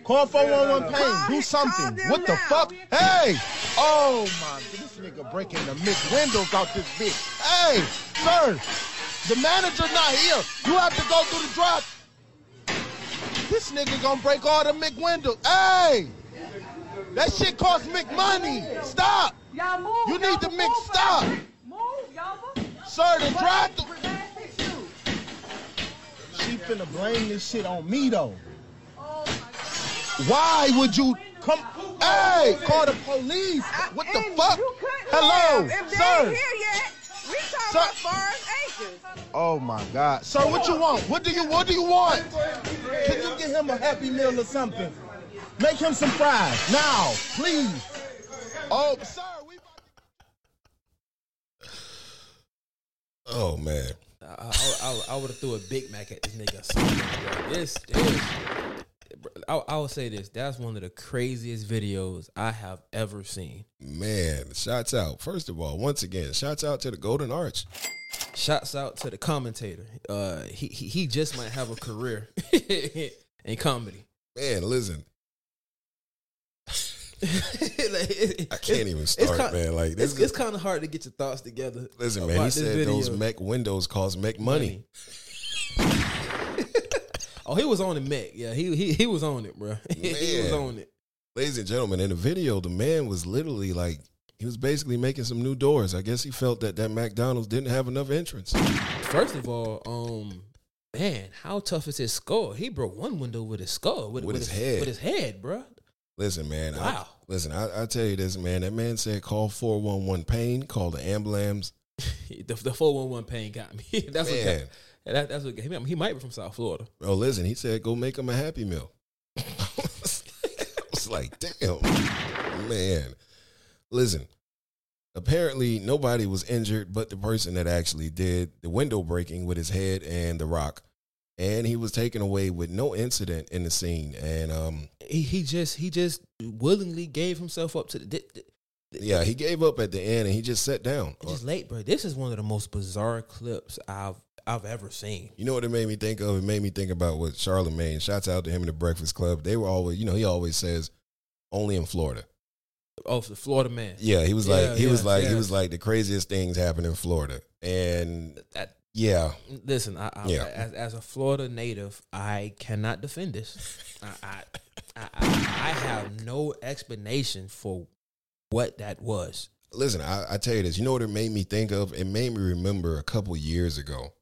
[SPEAKER 4] Call 411
[SPEAKER 6] Call
[SPEAKER 4] Pain. Do
[SPEAKER 6] it- call
[SPEAKER 4] something.
[SPEAKER 6] them
[SPEAKER 4] What the
[SPEAKER 6] now.
[SPEAKER 4] fuck? Hey! Oh my god, this nigga breaking the mixed windows out this bitch. Hey, sir! The manager not here. You have to go through the drop. This nigga gonna break all the Mick windows. Hey! That shit costs Mick money. Stop!
[SPEAKER 6] Y'all move.
[SPEAKER 4] You need to
[SPEAKER 6] Yova.
[SPEAKER 4] mix
[SPEAKER 6] Move,
[SPEAKER 4] stop.
[SPEAKER 6] Yova. Move, y'all.
[SPEAKER 4] Sir, the drive through.
[SPEAKER 6] through.
[SPEAKER 4] She finna blame this shit on me though.
[SPEAKER 6] Oh my God.
[SPEAKER 4] Why would you come? Hey, call the police. What the
[SPEAKER 6] Uh, And
[SPEAKER 4] fuck?
[SPEAKER 6] You couldn't
[SPEAKER 4] Hello,
[SPEAKER 6] have if they
[SPEAKER 4] sir.
[SPEAKER 6] ain't here yet. We talking
[SPEAKER 4] Sir.
[SPEAKER 6] about foreign agents.
[SPEAKER 4] Oh my God, sir, what you want? What do you What do you want? Can you get him a happy meal or something? Make him some fries now, please. Oh, sir, we.
[SPEAKER 2] Oh man.
[SPEAKER 3] I, I, I, would have threw a Big Mac at this nigga. or something, bro. This, this, bro, I, I would say this. That's one of the craziest videos I have ever seen.
[SPEAKER 2] Man, shots out. First of all, once again, shots out to the Golden Arch.
[SPEAKER 3] Shouts out to the commentator. Uh, he he, he just might have a career in comedy.
[SPEAKER 2] Man, listen,
[SPEAKER 3] Like, it- it-
[SPEAKER 2] I can't even
[SPEAKER 3] it's
[SPEAKER 2] start,
[SPEAKER 3] kin-
[SPEAKER 2] man. Like this
[SPEAKER 3] it's,
[SPEAKER 2] is-
[SPEAKER 3] it's kind of hard to get your thoughts together.
[SPEAKER 2] listen,
[SPEAKER 3] about
[SPEAKER 2] man. He
[SPEAKER 3] this
[SPEAKER 2] said those
[SPEAKER 3] video.
[SPEAKER 2] Mac windows cost Mac money.
[SPEAKER 3] oh, he was on it, Mac. Yeah, he he he was on it, bro. he was
[SPEAKER 2] Man.
[SPEAKER 3] on it.
[SPEAKER 2] Ladies and gentlemen, in the video, the man was literally like he was basically making some new doors. I guess he felt that that McDonald's didn't have enough entrance.
[SPEAKER 3] First of all, um, man, how tough is his skull? He broke one window with his skull, with,
[SPEAKER 2] With his head.
[SPEAKER 3] with his head, bro.
[SPEAKER 2] Listen, man. I-
[SPEAKER 3] Wow.
[SPEAKER 2] listen, I, I tell you this, man. That man said call four one one pain, call the ambulance.
[SPEAKER 3] The the four one one pain got me. that's what
[SPEAKER 2] Man.
[SPEAKER 3] got, that, that's what got him. He might be from South Florida.
[SPEAKER 2] Bro, listen, he said go make him a happy meal. I was like, damn. Man. Listen. Apparently nobody was injured but the person that actually did the window breaking with his head and the rock. And he was taken away with no incident in the scene. And um
[SPEAKER 3] He he just he just willingly gave himself up to the. thi- thi-
[SPEAKER 2] yeah, he gave up at the end and he just sat down.
[SPEAKER 3] It's just late, bro. This is one of the most bizarre clips I've I've ever seen.
[SPEAKER 2] Uh, You know what it made me think of? It made me think about what Charlemagne, shouts out to him in the Breakfast Club. They were always, you know, he always says, only in Florida.
[SPEAKER 3] Oh, the Florida man.
[SPEAKER 2] Yeah, he was
[SPEAKER 3] Yeah,
[SPEAKER 2] like, he was
[SPEAKER 3] yeah,
[SPEAKER 2] like, he
[SPEAKER 3] yeah.
[SPEAKER 2] was like, the craziest things happen in Florida. And
[SPEAKER 3] That-
[SPEAKER 2] yeah,
[SPEAKER 3] listen, I, I
[SPEAKER 2] Yeah.
[SPEAKER 3] as, as a Florida native, I cannot defend this. I, I, I, I I have no explanation for what that was.
[SPEAKER 2] listen, I, I tell you this, you know what it made me think of? It made me remember a couple years ago.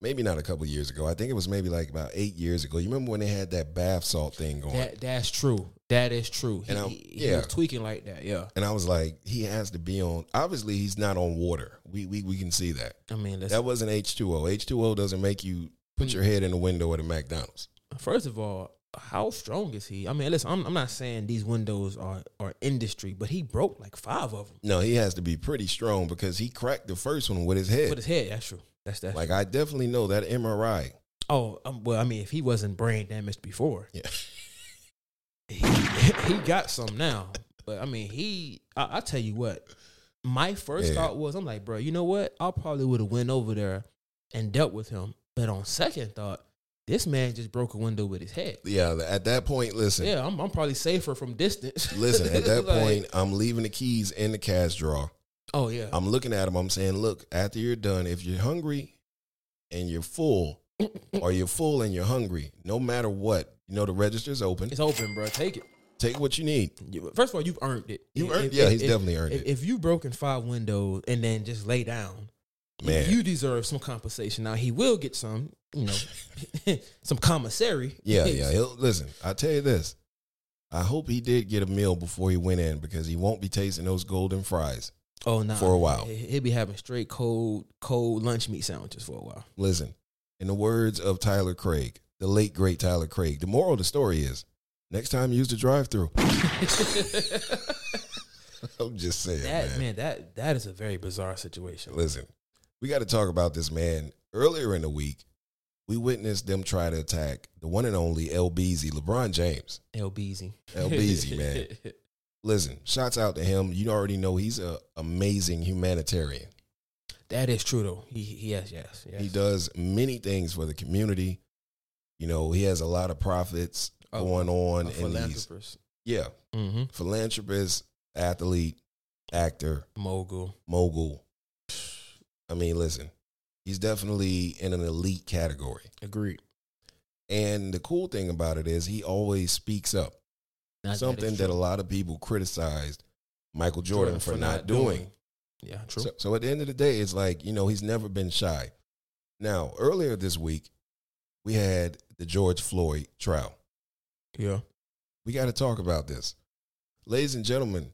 [SPEAKER 2] Maybe not a couple years ago. I think it was maybe like about eight years ago. You remember when they had that bath salt thing going?
[SPEAKER 3] That that's true. That is true. He,
[SPEAKER 2] And I'm-
[SPEAKER 3] he, he
[SPEAKER 2] yeah.
[SPEAKER 3] was tweaking like that. Yeah.
[SPEAKER 2] and I was like, he has to be on. Obviously, he's not on water. We we we can see that.
[SPEAKER 3] I mean, listen,
[SPEAKER 2] That wasn't H two O. H two O doesn't make you put your head in the window at a McDonald's.
[SPEAKER 3] first of all, how strong is he? I mean, listen, I'm, I'm not saying these windows are are industry, but he broke like five of them
[SPEAKER 2] No, he has to be pretty strong because he cracked the first one with his head.
[SPEAKER 3] with his head. That's true. That's that.
[SPEAKER 2] like I definitely know that MRI.
[SPEAKER 3] oh, um, well, I mean, if he wasn't brain damaged before,
[SPEAKER 2] Yeah.
[SPEAKER 3] he, he got some now. But I mean, he. I, I tell you what, my first
[SPEAKER 2] Yeah.
[SPEAKER 3] thought was, I'm like, bro, you know what? I probably would have went over there and dealt with him. But on second thought, this man just broke a window with his head.
[SPEAKER 2] Yeah, at that point, listen.
[SPEAKER 3] Yeah, I'm, I'm probably safer from distance.
[SPEAKER 2] Listen, at that
[SPEAKER 3] Like,
[SPEAKER 2] point, um, I'm leaving the keys in the cash drawer.
[SPEAKER 3] oh yeah,
[SPEAKER 2] I'm looking at them. I'm saying, look, after you're done, if you're hungry and you're full, or you're full and you're hungry, no matter what, you know, the register's open.
[SPEAKER 3] it's open, bro. Take it.
[SPEAKER 2] Take what you need.
[SPEAKER 3] You- First of all, you've earned it.
[SPEAKER 2] You earned- yeah, he's definitely earned
[SPEAKER 3] if,
[SPEAKER 2] it.
[SPEAKER 3] If you broken five windows and then just lay down,
[SPEAKER 2] Man.
[SPEAKER 3] you deserve some compensation. Now he will get some, you know, some commissary.
[SPEAKER 2] Yeah, yeah. He'll, listen, I tell you this. I hope he did get a meal before he went in because he won't be tasting those golden fries.
[SPEAKER 3] Oh no,
[SPEAKER 2] For a while.
[SPEAKER 3] he, he'll be having straight cold, cold lunch meat sandwiches for a while.
[SPEAKER 2] Listen, in the words of Tyler Craig, the late great Tyler Craig, the moral of the story is next time use the drive through. I'm just saying,
[SPEAKER 3] that
[SPEAKER 2] man.
[SPEAKER 3] man, that that is a very bizarre situation.
[SPEAKER 2] Listen, we got to talk about this man. Earlier in the week, we witnessed them try to attack the one and only LBZ, LeBron James.
[SPEAKER 3] LBZ,
[SPEAKER 2] LBZ, man. Listen, shots out to him. You already know he's an amazing humanitarian.
[SPEAKER 3] That is true though. He, he yes, yes, yes.
[SPEAKER 2] He does many things for the community. You know, he has a lot of profits.
[SPEAKER 3] Oh,
[SPEAKER 2] going on in
[SPEAKER 3] a
[SPEAKER 2] these.
[SPEAKER 3] philanthropist,
[SPEAKER 2] Yeah,
[SPEAKER 3] mm-hmm.
[SPEAKER 2] philanthropist, athlete, actor,
[SPEAKER 3] mogul.
[SPEAKER 2] mogul. I mean, listen, he's definitely in an elite category.
[SPEAKER 3] Agreed.
[SPEAKER 2] And the cool thing about it is he always speaks up. Something that, a lot of people criticized Michael Jordan, for, not, doing.
[SPEAKER 3] Yeah, true.
[SPEAKER 2] So, so at the end of the day, it's like, you know, he's never been shy. Now, earlier this week, we had the George Floyd trial.
[SPEAKER 3] yeah,
[SPEAKER 2] We got to talk about this. Ladies and gentlemen,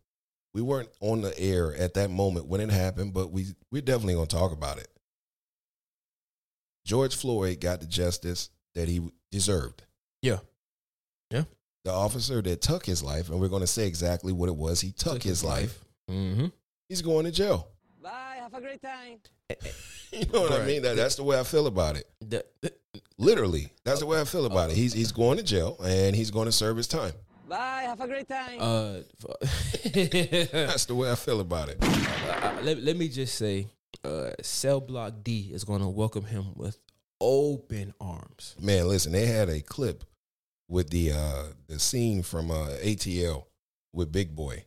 [SPEAKER 2] we weren't on the air at that moment when it happened, but we, we're definitely going to talk about it. George Floyd got the justice that he deserved.
[SPEAKER 3] Yeah. Yeah.
[SPEAKER 2] The officer that took his life, and we're going to say exactly what it was he took, his, life,
[SPEAKER 3] Mm-hmm.
[SPEAKER 2] he's going to jail.
[SPEAKER 5] Bye, have a great time.
[SPEAKER 2] You know what I
[SPEAKER 3] Right.
[SPEAKER 2] mean? That, that's the way I feel about it. Literally, that's the way I feel about it. He's, he's going to jail and he's going to serve his time.
[SPEAKER 5] Bye, have a great time.
[SPEAKER 3] uh, f-
[SPEAKER 2] That's the way I feel about it.
[SPEAKER 3] I- I- Uh, let, let me just say, uh, cell block D is going to welcome him with open arms.
[SPEAKER 2] Man, listen, they had a clip with the uh the scene from uh ATL with Big Boy.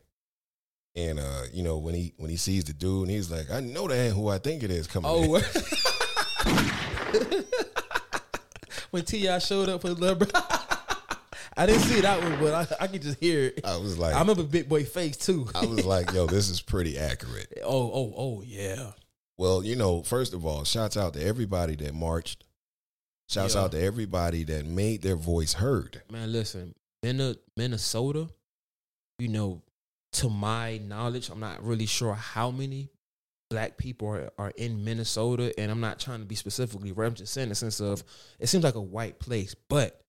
[SPEAKER 2] And uh, you know, when he when he sees the dude and he's like, I know that ain't who I think it is coming. in."
[SPEAKER 3] Oh, when Ti showed up with LeBron, I didn't see that one, but I, I could just hear it.
[SPEAKER 2] I was like
[SPEAKER 3] I remember Big Boy face too.
[SPEAKER 2] I was like, yo, this is pretty accurate.
[SPEAKER 3] oh, oh, oh, yeah.
[SPEAKER 2] Well, you know, first of all, shouts out to everybody that marched. Shouts
[SPEAKER 3] Yeah.
[SPEAKER 2] out to everybody that made their voice heard.
[SPEAKER 3] Man, listen, Minne- Minnesota, you know, to my knowledge, I'm not really sure how many black people are, are in Minnesota. And I'm not trying to be specifically, right? I'm just saying the sense of it seems like a white place, but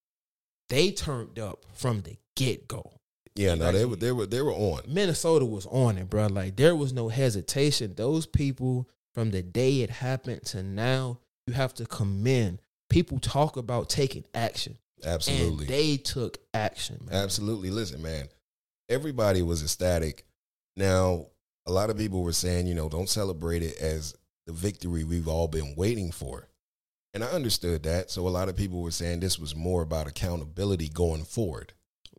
[SPEAKER 3] they turned up from the get go.
[SPEAKER 2] Yeah, no, they were they were they were on.
[SPEAKER 3] Minnesota was on it, bro. Like there was no hesitation. Those people from the day it happened to now, you have to commend. People talk about taking action,
[SPEAKER 2] Absolutely.
[SPEAKER 3] and they took action, man.
[SPEAKER 2] Absolutely. Listen, man, everybody was ecstatic. Now, a lot of people were saying, you know, don't celebrate it as the victory we've all been waiting for. And I understood that. So a lot of people were saying this was more about accountability going forward.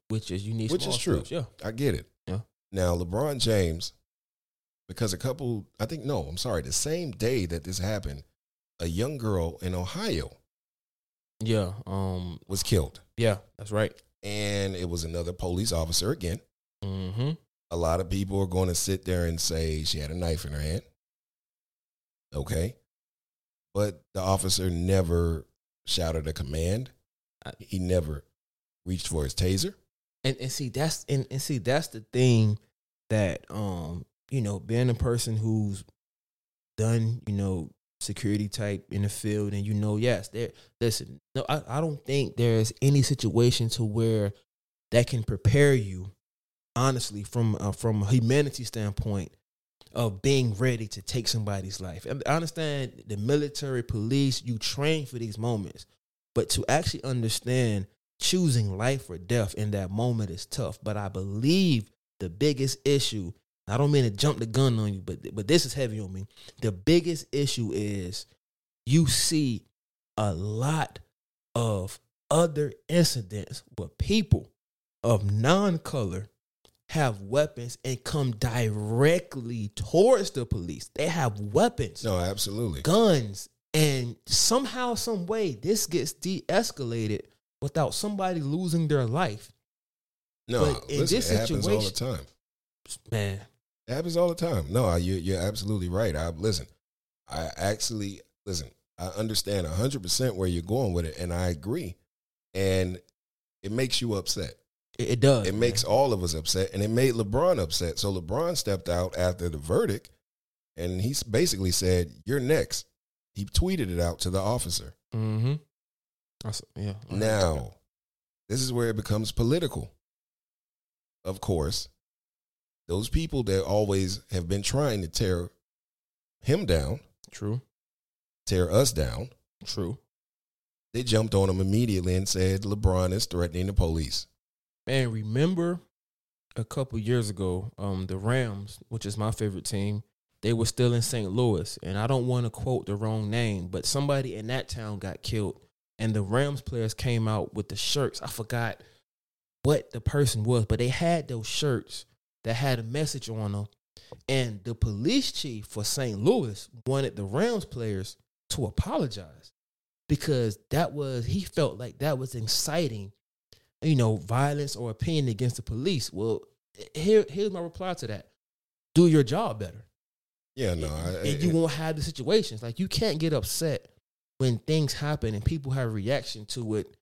[SPEAKER 3] Which is you need,
[SPEAKER 2] Which
[SPEAKER 3] small
[SPEAKER 2] is true.
[SPEAKER 3] steps, Yeah,
[SPEAKER 2] I get it.
[SPEAKER 3] Yeah.
[SPEAKER 2] Now, LeBron James, because a couple, I think, no, I'm sorry, the same day that this happened, a young girl in Ohio
[SPEAKER 3] yeah, um,
[SPEAKER 2] was killed.
[SPEAKER 3] yeah. That's right.
[SPEAKER 2] And it was another police officer again.
[SPEAKER 3] Mm-hmm.
[SPEAKER 2] a lot of people are going to sit there and say she had a knife in her hand. Okay. But the officer never shouted a command. He never reached for his taser.
[SPEAKER 3] And and see that's and, and see that's the thing that um you know being a person who's done you know security type in the field and you know yes there listen no I, I don't think there's any situation to where that can prepare you honestly from uh, from a humanity standpoint of being ready to take somebody's life And I understand the military police you train for these moments but to actually understand choosing life or death in that moment is tough but I believe the biggest issue I don't mean to jump the gun on you but but this is heavy on me the biggest issue is you see a lot of other incidents where people of non-color have weapons and come directly towards the police. They have weapons,
[SPEAKER 2] No, absolutely.
[SPEAKER 3] guns, and somehow, some way, this gets de-escalated without somebody losing their life.
[SPEAKER 2] No,
[SPEAKER 3] But in
[SPEAKER 2] listen,
[SPEAKER 3] this
[SPEAKER 2] it happens all the
[SPEAKER 3] situation-
[SPEAKER 2] time.
[SPEAKER 3] Man,
[SPEAKER 2] It happens all the time. No, you, you're absolutely right. I listen. I actually listen. I understand hundred percent where you're going with it, and I agree. And it makes you upset.
[SPEAKER 3] it, it does.
[SPEAKER 2] It makes all of us upset, and it made LeBron upset. So LeBron stepped out after the verdict, and he s- basically said, "You're next." He tweeted it out to the officer.
[SPEAKER 3] Mm-hmm. That's, yeah.
[SPEAKER 2] Now, this is where it becomes political. Of course, those people that always have been trying to tear him down,
[SPEAKER 3] True.
[SPEAKER 2] tear us down,
[SPEAKER 3] True.
[SPEAKER 2] they jumped on him immediately and said, "LeBron is threatening the police."
[SPEAKER 3] Man, remember a couple years ago, um, the Rams, which is my favorite team, they were still in St. Louis, and I don't want to quote the wrong name, but somebody in that town got killed, and the Rams players came out with the shirts. I forgot what the person was, but they had those shirts that had a message on them. And the police chief for St. Louis wanted the Rams players to apologize because that was, he felt like that was inciting, you know, violence or opinion against the police. Well, here, here's my reply to that do your job better
[SPEAKER 2] Yeah, no. I,
[SPEAKER 3] and you won't have the situations. Like you can't get upset when things happen and people have a reaction to it.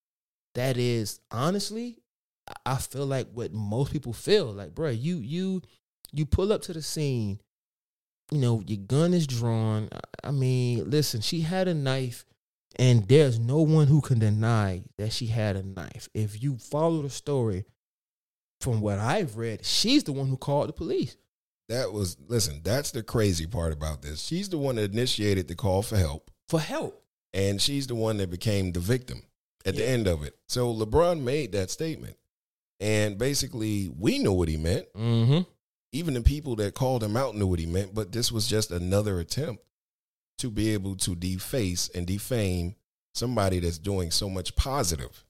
[SPEAKER 3] That is honestly, I- I feel like what most people feel. Like, bro, you you you pull up to the scene, you know, your gun is drawn. I- I mean, listen, she had a knife, and there's no one who can deny that she had a knife. If you follow the story, from what I've read, she's the one who called the police.
[SPEAKER 2] that was listen. That's the crazy part about this. She's the one that initiated the call for help,
[SPEAKER 3] For help.
[SPEAKER 2] and she's the one that became the victim at the
[SPEAKER 3] Yeah.
[SPEAKER 2] end of it. So LeBron made that statement, and basically, we knew what he meant.
[SPEAKER 3] Mm-hmm.
[SPEAKER 2] Even the people that called him out knew what he meant. But this was just another attempt to be able to deface and defame somebody that's doing so much positive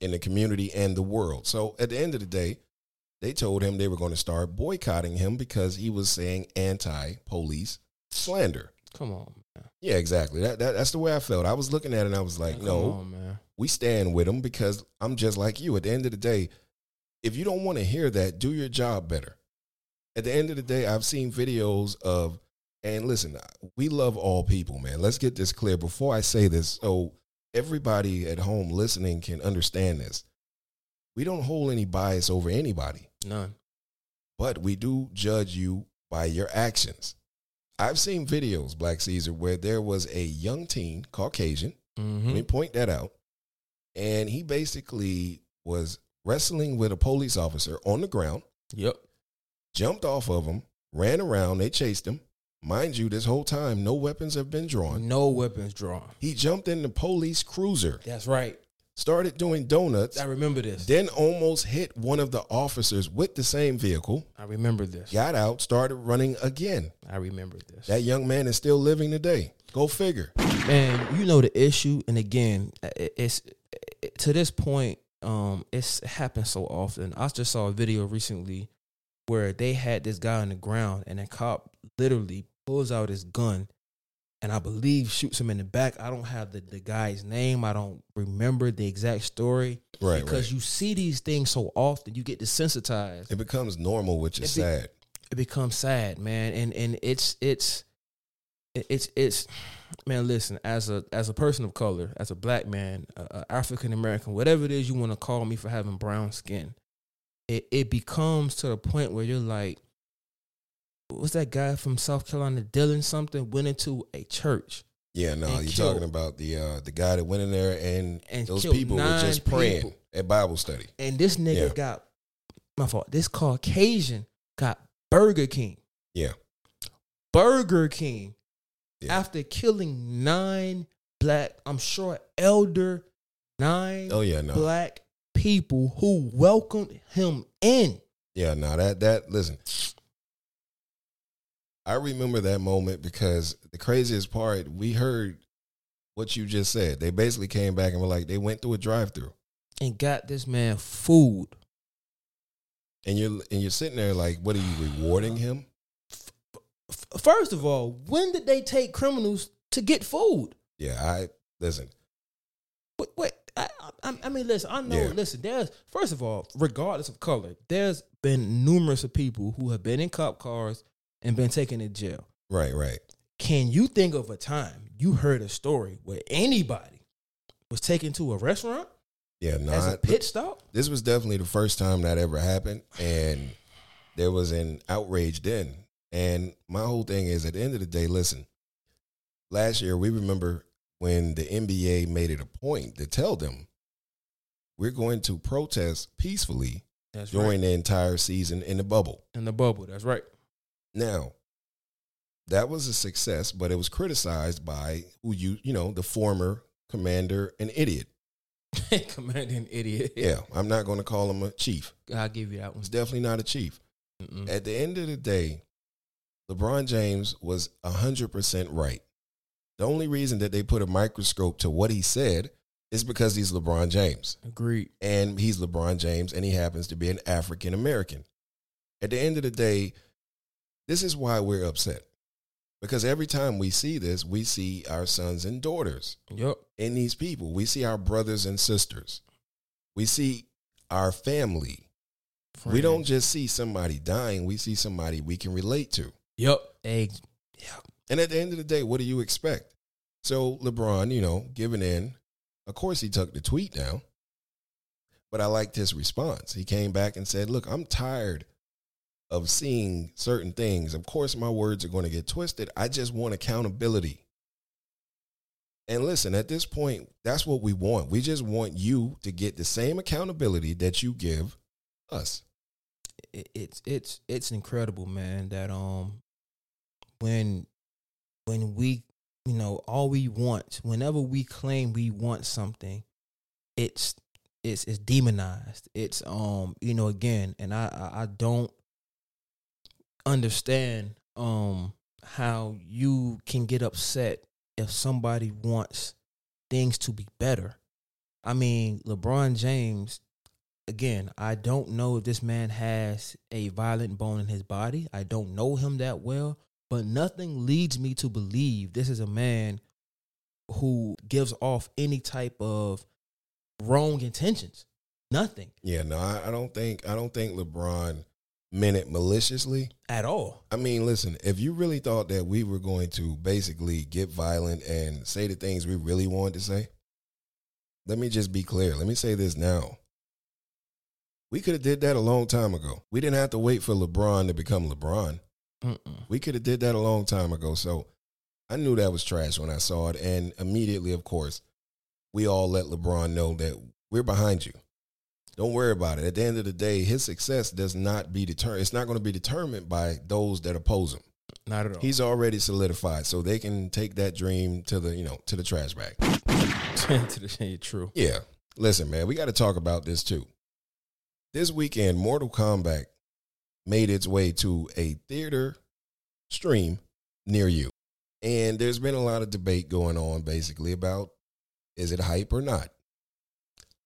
[SPEAKER 2] in the community and the world. So at the end of the day, they told him they were going to start boycotting him because he was saying anti-police slander.
[SPEAKER 3] Come on, man.
[SPEAKER 2] Yeah, exactly. That, that that's the way I felt. I was looking at it and I was like,
[SPEAKER 3] Come
[SPEAKER 2] no,
[SPEAKER 3] on, man.
[SPEAKER 2] we stand with them because I'm just like you. At the end of the day, if you don't want to hear that, do your job better. At the end of the day, I've seen videos of, and listen, we love all people, man. Let's get this clear before I say this so everybody at home listening can understand this. We don't hold any bias over anybody,
[SPEAKER 3] None.
[SPEAKER 2] but we do judge you by your actions. I've seen videos, Black Caesar, where there was a young teen, Caucasian,
[SPEAKER 3] Mm-hmm.
[SPEAKER 2] let me point that out. And he basically was wrestling with a police officer on the ground,
[SPEAKER 3] Yep.
[SPEAKER 2] jumped off of him, ran around, they chased him. Mind you, this whole time, no weapons have been drawn.
[SPEAKER 3] No weapons drawn.
[SPEAKER 2] He jumped in the police cruiser,
[SPEAKER 3] That's right.
[SPEAKER 2] started doing donuts,
[SPEAKER 3] I remember this.
[SPEAKER 2] then almost hit one of the officers with the same vehicle,
[SPEAKER 3] I remember this.
[SPEAKER 2] got out, started running again.
[SPEAKER 3] I remember this.
[SPEAKER 2] That young man is still living today. Go figure.
[SPEAKER 3] and you know the issue, and again, it- it's it- to this point, um, it's happened so often. I just saw a video recently where they had this guy on the ground, and a cop literally pulls out his gun, and I believe shoots him in the back. I don't have the, the guy's name. I don't remember the exact story
[SPEAKER 2] Right,
[SPEAKER 3] because
[SPEAKER 2] right.
[SPEAKER 3] you see these things so often, you get desensitized.
[SPEAKER 2] it becomes normal, which is
[SPEAKER 3] It be-
[SPEAKER 2] sad.
[SPEAKER 3] it becomes sad, man. And and it's it's it's it's man. Listen, as a as a person of color, as a black man, uh, African American, whatever it is you want to call me for having brown skin, it it becomes to the point where you're like, what's that guy from South Carolina, Dylan something, went into a church
[SPEAKER 2] Yeah, no,
[SPEAKER 3] and
[SPEAKER 2] you're
[SPEAKER 3] killed.
[SPEAKER 2] talking about the uh, the guy that went in there and,
[SPEAKER 3] And
[SPEAKER 2] those
[SPEAKER 3] killed
[SPEAKER 2] people were just
[SPEAKER 3] nine
[SPEAKER 2] praying
[SPEAKER 3] people.
[SPEAKER 2] at Bible study.
[SPEAKER 3] and this nigga
[SPEAKER 2] Yeah.
[SPEAKER 3] got my fault. This Caucasian got Burger King.
[SPEAKER 2] Yeah.
[SPEAKER 3] Burger King
[SPEAKER 2] Yeah.
[SPEAKER 3] after killing nine black, I'm sure elder nine
[SPEAKER 2] Oh yeah, no,
[SPEAKER 3] black people who welcomed him in.
[SPEAKER 2] yeah, no. That that listen, I remember that moment because the craziest part we heard what you just said. They basically came back and were like, they went through a drive-through,
[SPEAKER 3] And got this man food.
[SPEAKER 2] and you're and you're sitting there like, what are you rewarding him?
[SPEAKER 3] F- First of all, when did they take criminals to get food?
[SPEAKER 2] Yeah, I listen.
[SPEAKER 3] Wait, wait I, I, I mean, listen. I know.
[SPEAKER 2] Yeah.
[SPEAKER 3] Listen, there's first of all, regardless of color, there's been numerous of people who have been in cop cars and been taken to jail.
[SPEAKER 2] Right, right.
[SPEAKER 3] Can you think of a time you heard a story where anybody was taken to a restaurant
[SPEAKER 2] Yeah, no.
[SPEAKER 3] as
[SPEAKER 2] I-
[SPEAKER 3] a pit stop?
[SPEAKER 2] this was definitely the first time that ever happened and there was an outrage then and my whole thing is at the end of the day listen last year we remember when the nba made it a point to tell them we're going to protest peacefully
[SPEAKER 3] That's
[SPEAKER 2] during the entire season in the bubble
[SPEAKER 3] in the bubble. That's right.
[SPEAKER 2] now that was a success but it was criticized by who you you know the former commander an idiot
[SPEAKER 3] Commanding idiot.
[SPEAKER 2] yeah i'm not going to call him a chief
[SPEAKER 3] I'll give you that one.
[SPEAKER 2] he's definitely not a chief
[SPEAKER 3] Mm-mm.
[SPEAKER 2] At the end of the day, LeBron James was 100% right. The only reason that they put a microscope to what he said is It's because he's LeBron James.
[SPEAKER 3] Agreed.
[SPEAKER 2] And he's LeBron James and he happens to be an African American. At the end of the day, this is why we're upset. Because every time we see this, we see our sons and daughters
[SPEAKER 3] Yep.
[SPEAKER 2] in these people. We see our brothers and sisters. We see our family. We don't just see somebody dying, we see somebody we can relate to.
[SPEAKER 3] Yep. Egg.
[SPEAKER 2] And at the end of the day, what do you expect? So LeBron, you know, giving in. Of course, he took the tweet down. But I liked his response. He came back and said, Look, I'm tired of seeing certain things. Of course, my words are going to get twisted. I just want accountability. And listen, at this point, that's what we want. We just want you to get the same accountability that you give us.
[SPEAKER 3] it, it's it's it's incredible, man. That um, when when we you know all we want, whenever we claim we want something, it's it's it's demonized. It's um, you know, again, and I I, I don't understand um how you can get upset if somebody wants things to be better. I mean, LeBron James again, I don't know if this man has a violent bone in his body. I don't know him that well, but nothing leads me to believe this is a man who gives off any type of wrong intentions. Nothing
[SPEAKER 2] Yeah, no, I, I don't think I don't think LeBron meant it maliciously.
[SPEAKER 3] at all.
[SPEAKER 2] I mean, listen, if you really thought that we were going to basically get violent and say the things we really wanted to say, let me just be clear. Let me say this now. We could have did that a long time ago. We didn't have to wait for LeBron to become LeBron.
[SPEAKER 3] Mm-mm.
[SPEAKER 2] We could have did that a long time ago. So I knew that was trash when I saw it and immediately, of course, we all let LeBron know that we're behind you. Don't worry about it. At the end of the day, his success does not be determined. It's not going to be determined by those that oppose him.
[SPEAKER 3] Not at all.
[SPEAKER 2] He's already solidified, so they can take that dream to the you know to the trash bag.
[SPEAKER 3] to the shade true.
[SPEAKER 2] Yeah, listen, man, we got to talk about this too. This weekend, Mortal Kombat made its way to a theater stream near you, and there's been a lot of debate going on, basically about is it hype or not.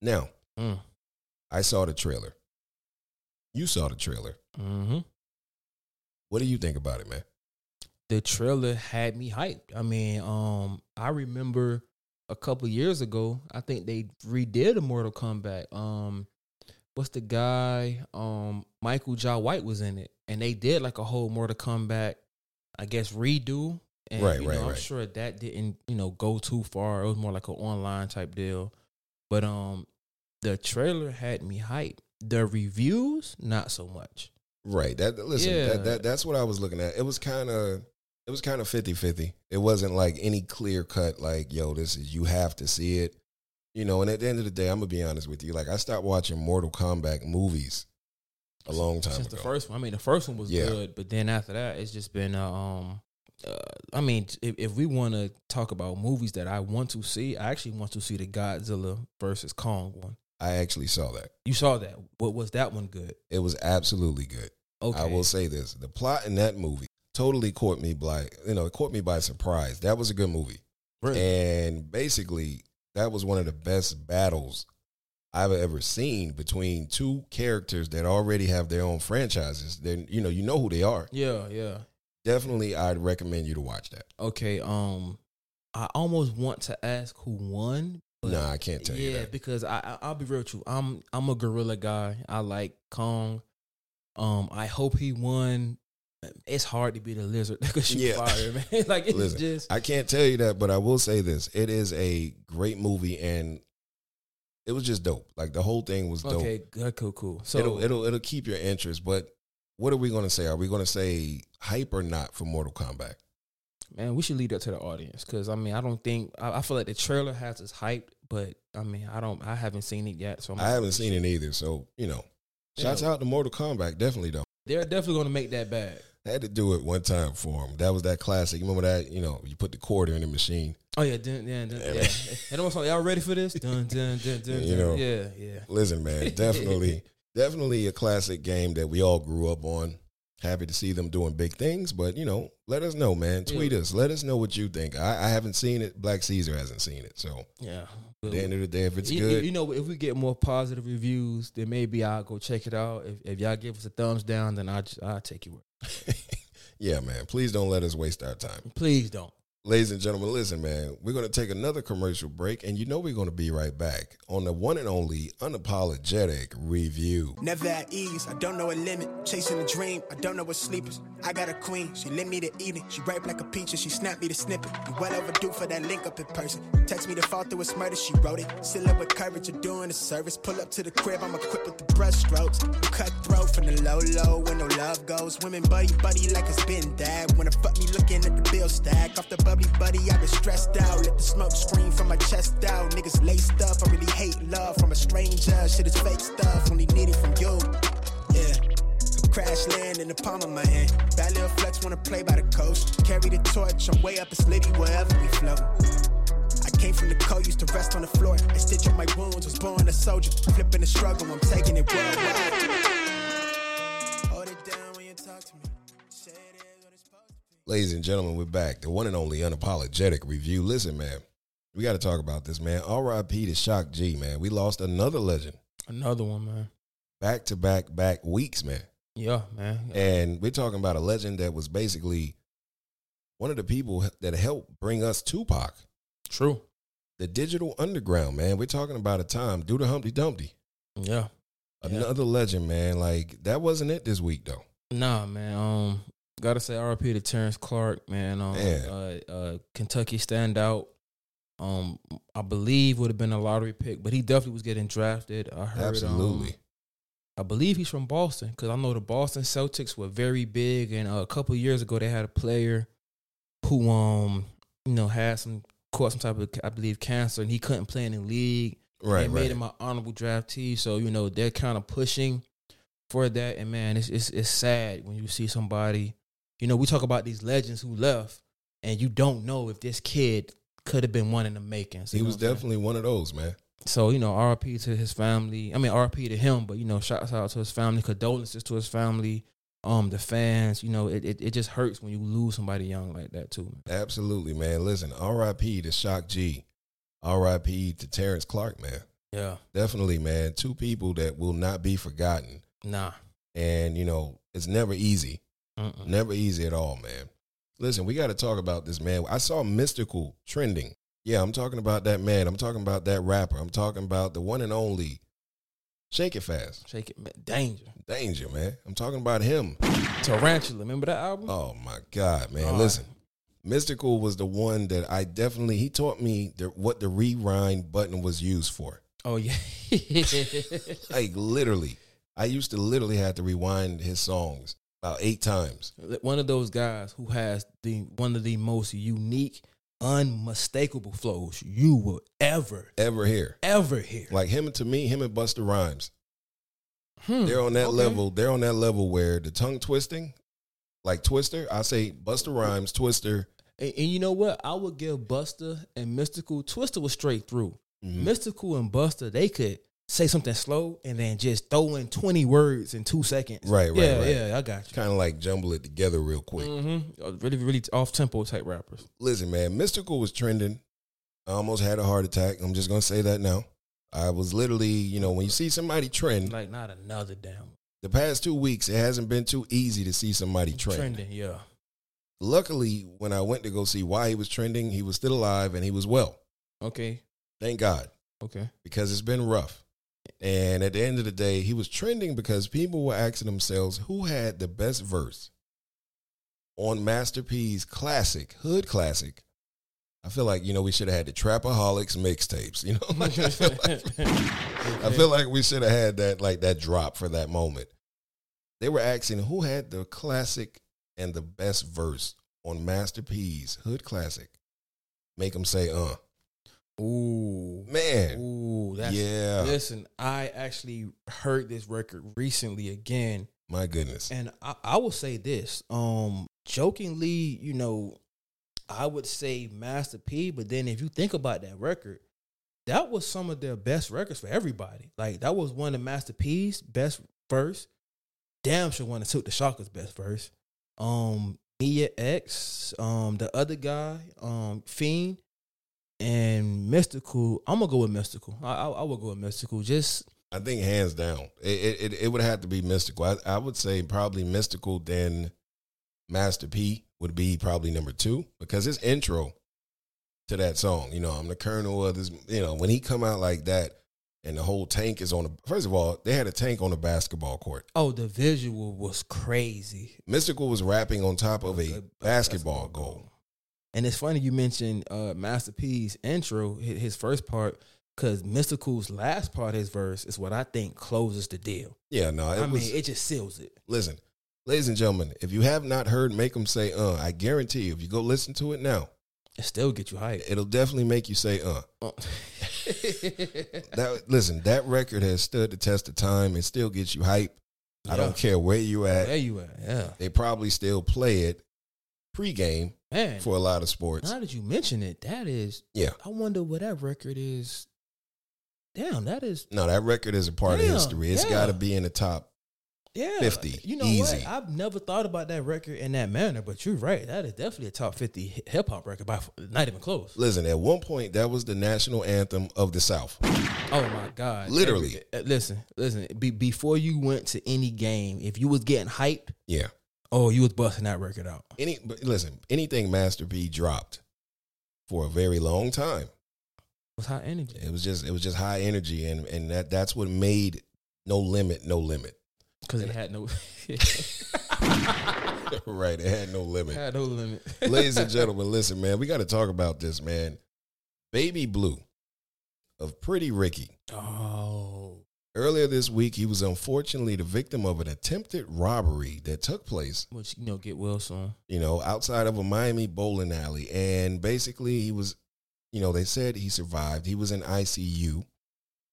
[SPEAKER 2] Now,
[SPEAKER 3] Mm.
[SPEAKER 2] I saw the trailer. You saw the trailer.
[SPEAKER 3] Mm-hmm.
[SPEAKER 2] What do you think about it, man?
[SPEAKER 3] the trailer had me hyped. I mean, um, I remember a couple years ago, I think they redid a Mortal Kombat. Um, what's the guy? Um, Michael J. White was in it, and they did like a whole Mortal Kombat, I guess, redo. And,
[SPEAKER 2] Right,
[SPEAKER 3] you
[SPEAKER 2] right,
[SPEAKER 3] know, I'm
[SPEAKER 2] right.
[SPEAKER 3] sure that didn't, you know, go too far. It was more like an online type deal. But um, the trailer had me hyped. The reviews, not so much.
[SPEAKER 2] Right. That listen,
[SPEAKER 3] Yeah.
[SPEAKER 2] that, that that's what I was looking at. It was kind of it was kind of 50-50. It wasn't like any clear cut like, yo, this is you have to see it. You know, and at the end of the day, I'm going to be honest with you. Like I stopped watching Mortal Kombat movies a long time
[SPEAKER 3] since
[SPEAKER 2] ago.
[SPEAKER 3] the first one. I mean, the first one was
[SPEAKER 2] Yeah.
[SPEAKER 3] good, but then after that, it's just been uh, um. Uh, I mean, if, if we want to talk about movies that I want to see, I actually want to see the Godzilla versus Kong one.
[SPEAKER 2] I actually saw that.
[SPEAKER 3] You saw that? What was that one good?
[SPEAKER 2] It was absolutely good.
[SPEAKER 3] Okay,
[SPEAKER 2] I will say this. The plot in that movie totally caught me by, you know, it caught me by surprise. That was a good movie.
[SPEAKER 3] Really?
[SPEAKER 2] And basically, that was one of the best battles I've ever seen between two characters that already have their own franchises. Then you know, you know who they are.
[SPEAKER 3] yeah, yeah.
[SPEAKER 2] Definitely, I'd recommend you to watch that.
[SPEAKER 3] Okay, um, I almost want to ask who won. but-
[SPEAKER 2] nah, I can't tell you
[SPEAKER 3] yeah,
[SPEAKER 2] that.
[SPEAKER 3] because I, I I'll be real with you. I'm I'm a gorilla guy. I like Kong. Um, I hope he won. It's hard to be the lizard that could shoot
[SPEAKER 2] Yeah.
[SPEAKER 3] fire, man. like it's
[SPEAKER 2] Listen,
[SPEAKER 3] just
[SPEAKER 2] I can't tell you that, but I will say this: it is a great movie, and it was just dope. Like the whole thing was dope.
[SPEAKER 3] okay. Good, cool, cool. So
[SPEAKER 2] it'll it'll it'll keep your interest. But what are we gonna say? Are we gonna say hype or not for Mortal Kombat?
[SPEAKER 3] man, we should leave that to the audience because I mean I don't think I, I feel like the trailer has us hyped, but I mean I don't I haven't seen it yet, so I'm
[SPEAKER 2] I haven't seen it either, so you know. Shouts
[SPEAKER 3] Yeah.
[SPEAKER 2] out to Mortal Kombat, definitely though.
[SPEAKER 3] They're definitely gonna make that bad.
[SPEAKER 2] had to do it one time for him. That was that classic. You remember that? You know, you put the quarter in the machine.
[SPEAKER 3] Oh yeah, dun, dun, dun, yeah. And almost like y'all ready for this? Dun, dun, dun, dun,
[SPEAKER 2] You
[SPEAKER 3] dun.
[SPEAKER 2] know.
[SPEAKER 3] yeah, yeah.
[SPEAKER 2] Listen, man, definitely, definitely a classic game that we all grew up on. Happy to see them doing big things, but you know, let us know, man. Tweet us. Let us know what you think. I, I haven't seen it. Black Caesar hasn't seen it. So
[SPEAKER 3] Yeah.
[SPEAKER 2] at the end of the day, if it's
[SPEAKER 3] you,
[SPEAKER 2] good,
[SPEAKER 3] you know, if we get more positive reviews, then maybe I'll go check it out. If, if y'all give us a thumbs down, then I just, I'll take you. word.
[SPEAKER 2] yeah, man. Please don't let us waste our time,
[SPEAKER 3] Please don't.
[SPEAKER 2] ladies and gentlemen. Listen, man. We're gonna take another commercial break, and you know we're gonna be right back on the one and only unapologetic review.
[SPEAKER 1] Never at ease, I don't know a limit. Chasing a dream, I don't know what sleep is. I got a queen, she lit me to eating. She ripe like a peach and she snapped me to snippet. You well overdue for that link up in person. Text me the fall through its murder, she wrote it. Still up with courage, you're doing a service. Pull up to the crib, I'm equipped with the brush strokes. You cut throat from the low low when no love goes. Women buddy buddy like it's been that. When the fuck me looking at the bill stack. Off the bubbly buddy, i been stressed out. Let the smoke scream from my chest out. Niggas laced up, I really hate love from a stranger. Shit is fake stuff, only need it from you. Yeah. Crash land in the palm of my hand. That little flex wanna play by the coast. Carry the torch, I'm way up, it's litty wherever we float. I came from the cold, used to rest on the floor. I stitch up my wounds, was born a soldier. Flipping the struggle, I'm taking it worldwide. Hold it down when you talk to me. Say it is what it's supposed to be.
[SPEAKER 2] Ladies and gentlemen, we're back. The one and only unapologetic review. Listen, man, we got to talk about this, man. RIP to Shock G, man. We lost another legend
[SPEAKER 3] Another one, man.
[SPEAKER 2] back to back, back weeks, man.
[SPEAKER 3] Yeah, man.
[SPEAKER 2] And we're talking about a legend that was basically one of the people that helped bring us Tupac,
[SPEAKER 3] True.
[SPEAKER 2] the digital underground, man. We're talking about a time, do the Humpty Dumpty.
[SPEAKER 3] Yeah. Yeah.
[SPEAKER 2] Another legend, man. Like, that wasn't it this week, though.
[SPEAKER 3] Nah, man. Um, gotta say RIP to Terrence Clark, man. Um,
[SPEAKER 2] Man.
[SPEAKER 3] Uh, uh, Kentucky standout. Um, I believe would have been a lottery pick, but he definitely was getting drafted. I heard. um,
[SPEAKER 2] Absolutely.
[SPEAKER 3] I believe he's from Boston because I know the Boston Celtics were very big, and uh, a couple years ago they had a player who, um, you know, had some caught some type of I believe cancer, and he couldn't play in the league.
[SPEAKER 2] right,
[SPEAKER 3] they
[SPEAKER 2] right.
[SPEAKER 3] made him an honorable draftee. So you know they're kind of pushing for that. And man, it's it's it's sad when you see somebody. You know, we talk about these legends who left, and you don't know if this kid could have been one in the making. So,
[SPEAKER 2] he
[SPEAKER 3] you know
[SPEAKER 2] was
[SPEAKER 3] what I'm saying?
[SPEAKER 2] definitely one of those, man.
[SPEAKER 3] So you know, RP to his family. I mean, RP to him, but you know, shouts out to his family, condolences to his family, um, the fans. You know, it it, it just hurts when you lose somebody young like that too. Man.
[SPEAKER 2] Absolutely, man. Listen, R.I.P. to Shock G, R.I.P. to Terrence Clark, man.
[SPEAKER 3] Yeah,
[SPEAKER 2] Definitely, man. Two people that will not be forgotten,
[SPEAKER 3] nah.
[SPEAKER 2] and you know it's never easy,
[SPEAKER 3] Mm-mm.
[SPEAKER 2] never easy at all, man. Listen, we got to talk about this, man. I saw Mystical trending. Yeah, I'm talking about that man. I'm talking about that rapper. I'm talking about the one and only Shake It Fast,
[SPEAKER 3] Shake it, man. danger.
[SPEAKER 2] Danger, man. I'm talking about him.
[SPEAKER 3] Tarantula. Remember that album?
[SPEAKER 2] Oh my God, man!
[SPEAKER 3] All right.
[SPEAKER 2] Listen, Mystical was the one that I definitely he taught me the, what the rewind button was used for.
[SPEAKER 3] Oh yeah.
[SPEAKER 2] Like literally, I used to literally have to rewind his songs about eight times.
[SPEAKER 3] one of those guys who has the one of the most unique, unmistakable flows you will ever
[SPEAKER 2] Ever hear
[SPEAKER 3] ever hear.
[SPEAKER 2] like him to me, him and Buster Rhymes.
[SPEAKER 3] Hmm.
[SPEAKER 2] They're on that
[SPEAKER 3] Okay.
[SPEAKER 2] level. They're on that level where the tongue twisting, like Twister. I say Buster Rhymes, Twister.
[SPEAKER 3] And, and you know what? I would give Buster and Mystical. Twister was straight through.
[SPEAKER 2] Mm-hmm.
[SPEAKER 3] Mystical and Buster, they could say something slow and then just throw in twenty words in two seconds.
[SPEAKER 2] Right, right,
[SPEAKER 3] yeah,
[SPEAKER 2] right.
[SPEAKER 3] yeah. I got you.
[SPEAKER 2] Kind of like jumble it together real quick.
[SPEAKER 3] Mm-hmm. Really, really off tempo type rappers.
[SPEAKER 2] listen, man, Mystical was trending. I almost had a heart attack. I'm just gonna say that now. I was literally, you know, when you see somebody trend,
[SPEAKER 3] Like not another damn
[SPEAKER 2] the past two weeks, it hasn't been too easy to see somebody trend.
[SPEAKER 3] trending. Yeah,
[SPEAKER 2] Luckily, when I went to go see why he was trending, he was still alive and he was well.
[SPEAKER 3] okay,
[SPEAKER 2] Thank God,
[SPEAKER 3] okay.
[SPEAKER 2] because it's been rough. And at the end of the day, he was trending because people were asking themselves who had the best verse on Master P's classic, Hood Classic. I feel like, you know, we should have had the Trapaholics mixtapes. You know, like, I feel like I feel like we should have had that like that drop for that moment. They were asking who had the classic and the best verse on Master P's Hood Classic. Make them say, uh,
[SPEAKER 3] Ooh,
[SPEAKER 2] man,
[SPEAKER 3] ooh, that's
[SPEAKER 2] Yeah.
[SPEAKER 3] Listen, I actually heard this record recently again,
[SPEAKER 2] my goodness.
[SPEAKER 3] and I, I will say this. Um, jokingly, you know, I would say Master P, but then if you think about that record, that was some of their best records for everybody. Like that was one of Master P's best verse. damn sure want to took the Shockers best verse. Um, Mia X, um, the other guy, um, Fiend, and Mystical. I'm gonna go with Mystical. I I, I would go with Mystical. Just
[SPEAKER 2] I think hands down, it it, it, it would have to be mystical. I, I would say probably mystical. Then Master P would be probably number two because his intro to that song, you know, I'm the Colonel of this, you know, when he come out like that, and the whole tank is on. The, first of all, they had a tank on the basketball court.
[SPEAKER 3] oh, the visual was crazy.
[SPEAKER 2] Mystical was rapping on top of
[SPEAKER 3] A- a
[SPEAKER 2] a basketball goal.
[SPEAKER 3] And it's funny you mentioned uh, Master P's intro, hi- his first part, because Mystical's last part, his verse, is what I think closes the deal.
[SPEAKER 2] Yeah, no, it
[SPEAKER 3] I
[SPEAKER 2] was.
[SPEAKER 3] mean, it just seals it.
[SPEAKER 2] listen, ladies and gentlemen, if you have not heard, make them say, "Uh." I guarantee you, if you go listen to it now,
[SPEAKER 3] It still get you hyped.
[SPEAKER 2] it'll definitely make you say, "Uh."
[SPEAKER 3] Uh,
[SPEAKER 2] That listen, that record has stood the test of time. It still gets you hype. I
[SPEAKER 3] Yeah.
[SPEAKER 2] don't care where you at.
[SPEAKER 3] there you at, yeah,
[SPEAKER 2] They probably still play it pregame
[SPEAKER 3] man.
[SPEAKER 2] for a lot of sports.
[SPEAKER 3] Now that you mention it, that is.
[SPEAKER 2] Yeah.
[SPEAKER 3] I wonder what that record is. Damn, that is.
[SPEAKER 2] No, that record is a part
[SPEAKER 3] Yeah,
[SPEAKER 2] of history. It's
[SPEAKER 3] yeah.
[SPEAKER 2] got to be in the top.
[SPEAKER 3] Yeah,
[SPEAKER 2] 50,
[SPEAKER 3] You know
[SPEAKER 2] easy.
[SPEAKER 3] what? I've never thought about that record in that manner, but you're right. That is definitely a top fifty hip hop record by f- not even close.
[SPEAKER 2] Listen, at one point that was the national anthem of the South.
[SPEAKER 3] Oh my god!
[SPEAKER 2] Literally.
[SPEAKER 3] Every- uh, listen, listen. Be, before you went to any game, if you was getting hyped,
[SPEAKER 2] Yeah.
[SPEAKER 3] oh, you was busting that record out.
[SPEAKER 2] Any but listen, anything Master P dropped for a very long time.
[SPEAKER 3] It was high energy.
[SPEAKER 2] It was just it was just high energy and and that that's what made No Limit No Limit.
[SPEAKER 3] Because it had no,
[SPEAKER 2] right, it had no limit.
[SPEAKER 3] had no limit.
[SPEAKER 2] ladies and gentlemen, listen, man, we got to talk about this, man. Baby Blue of Pretty Ricky.
[SPEAKER 3] Oh,
[SPEAKER 2] Earlier this week, he was unfortunately the victim of an attempted robbery that took place,
[SPEAKER 3] which you know, get well soon.
[SPEAKER 2] you know, outside of a Miami bowling alley. And basically, he was, you know, they said he survived. He was in ICU.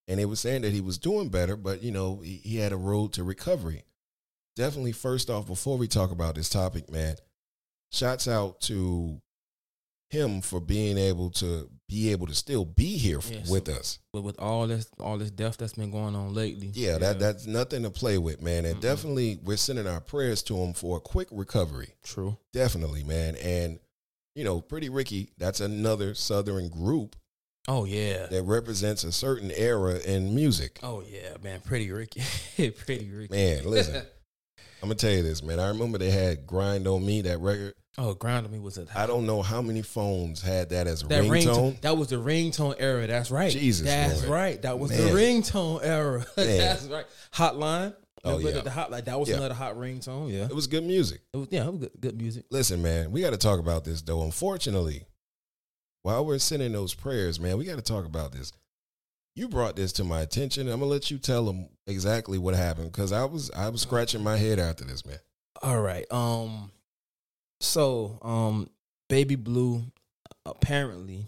[SPEAKER 2] And they were saying that he was doing better, but, you know, he, he had a road to recovery. Definitely, first off, before we talk about this topic, man, shouts out to him for being able to be able to still be here f-
[SPEAKER 3] Yes.
[SPEAKER 2] with us.
[SPEAKER 3] But with all this, all this death that's been going on lately,
[SPEAKER 2] Yeah, that that's nothing to play with, man. And
[SPEAKER 3] Mm-mm.
[SPEAKER 2] definitely, we're sending our prayers to him for a quick recovery.
[SPEAKER 3] true.
[SPEAKER 2] Definitely, man. And you know, Pretty Ricky, that's another Southern group
[SPEAKER 3] Oh yeah,
[SPEAKER 2] that represents a certain era in music.
[SPEAKER 3] oh yeah, man. Pretty Ricky, pretty Ricky.
[SPEAKER 2] Man, listen. I'm gonna tell you this, man. I remember they had "Grind on Me" that record.
[SPEAKER 3] oh, grind on me was a
[SPEAKER 2] I don't know how many phones had that as a
[SPEAKER 3] that
[SPEAKER 2] ringtone.
[SPEAKER 3] ringtone. That was the ringtone era. That's right.
[SPEAKER 2] Jesus
[SPEAKER 3] That's
[SPEAKER 2] Lord.
[SPEAKER 3] right. That was
[SPEAKER 2] Man.
[SPEAKER 3] the ringtone era.
[SPEAKER 2] Man.
[SPEAKER 3] that's right. Hotline.
[SPEAKER 2] Oh,
[SPEAKER 3] Remember
[SPEAKER 2] yeah.
[SPEAKER 3] The hotline. That was
[SPEAKER 2] Yeah.
[SPEAKER 3] another hot ringtone. Yeah.
[SPEAKER 2] It was good music.
[SPEAKER 3] It was, yeah. It was good, good music.
[SPEAKER 2] Listen, man, we got to talk about this though. Unfortunately, while we're sending those prayers, man, we got to talk about this. You brought this to my attention. I'm gonna let you tell them exactly what happened because I was I was scratching my head after this, man.
[SPEAKER 3] All right. Um. So, um, Baby Blue apparently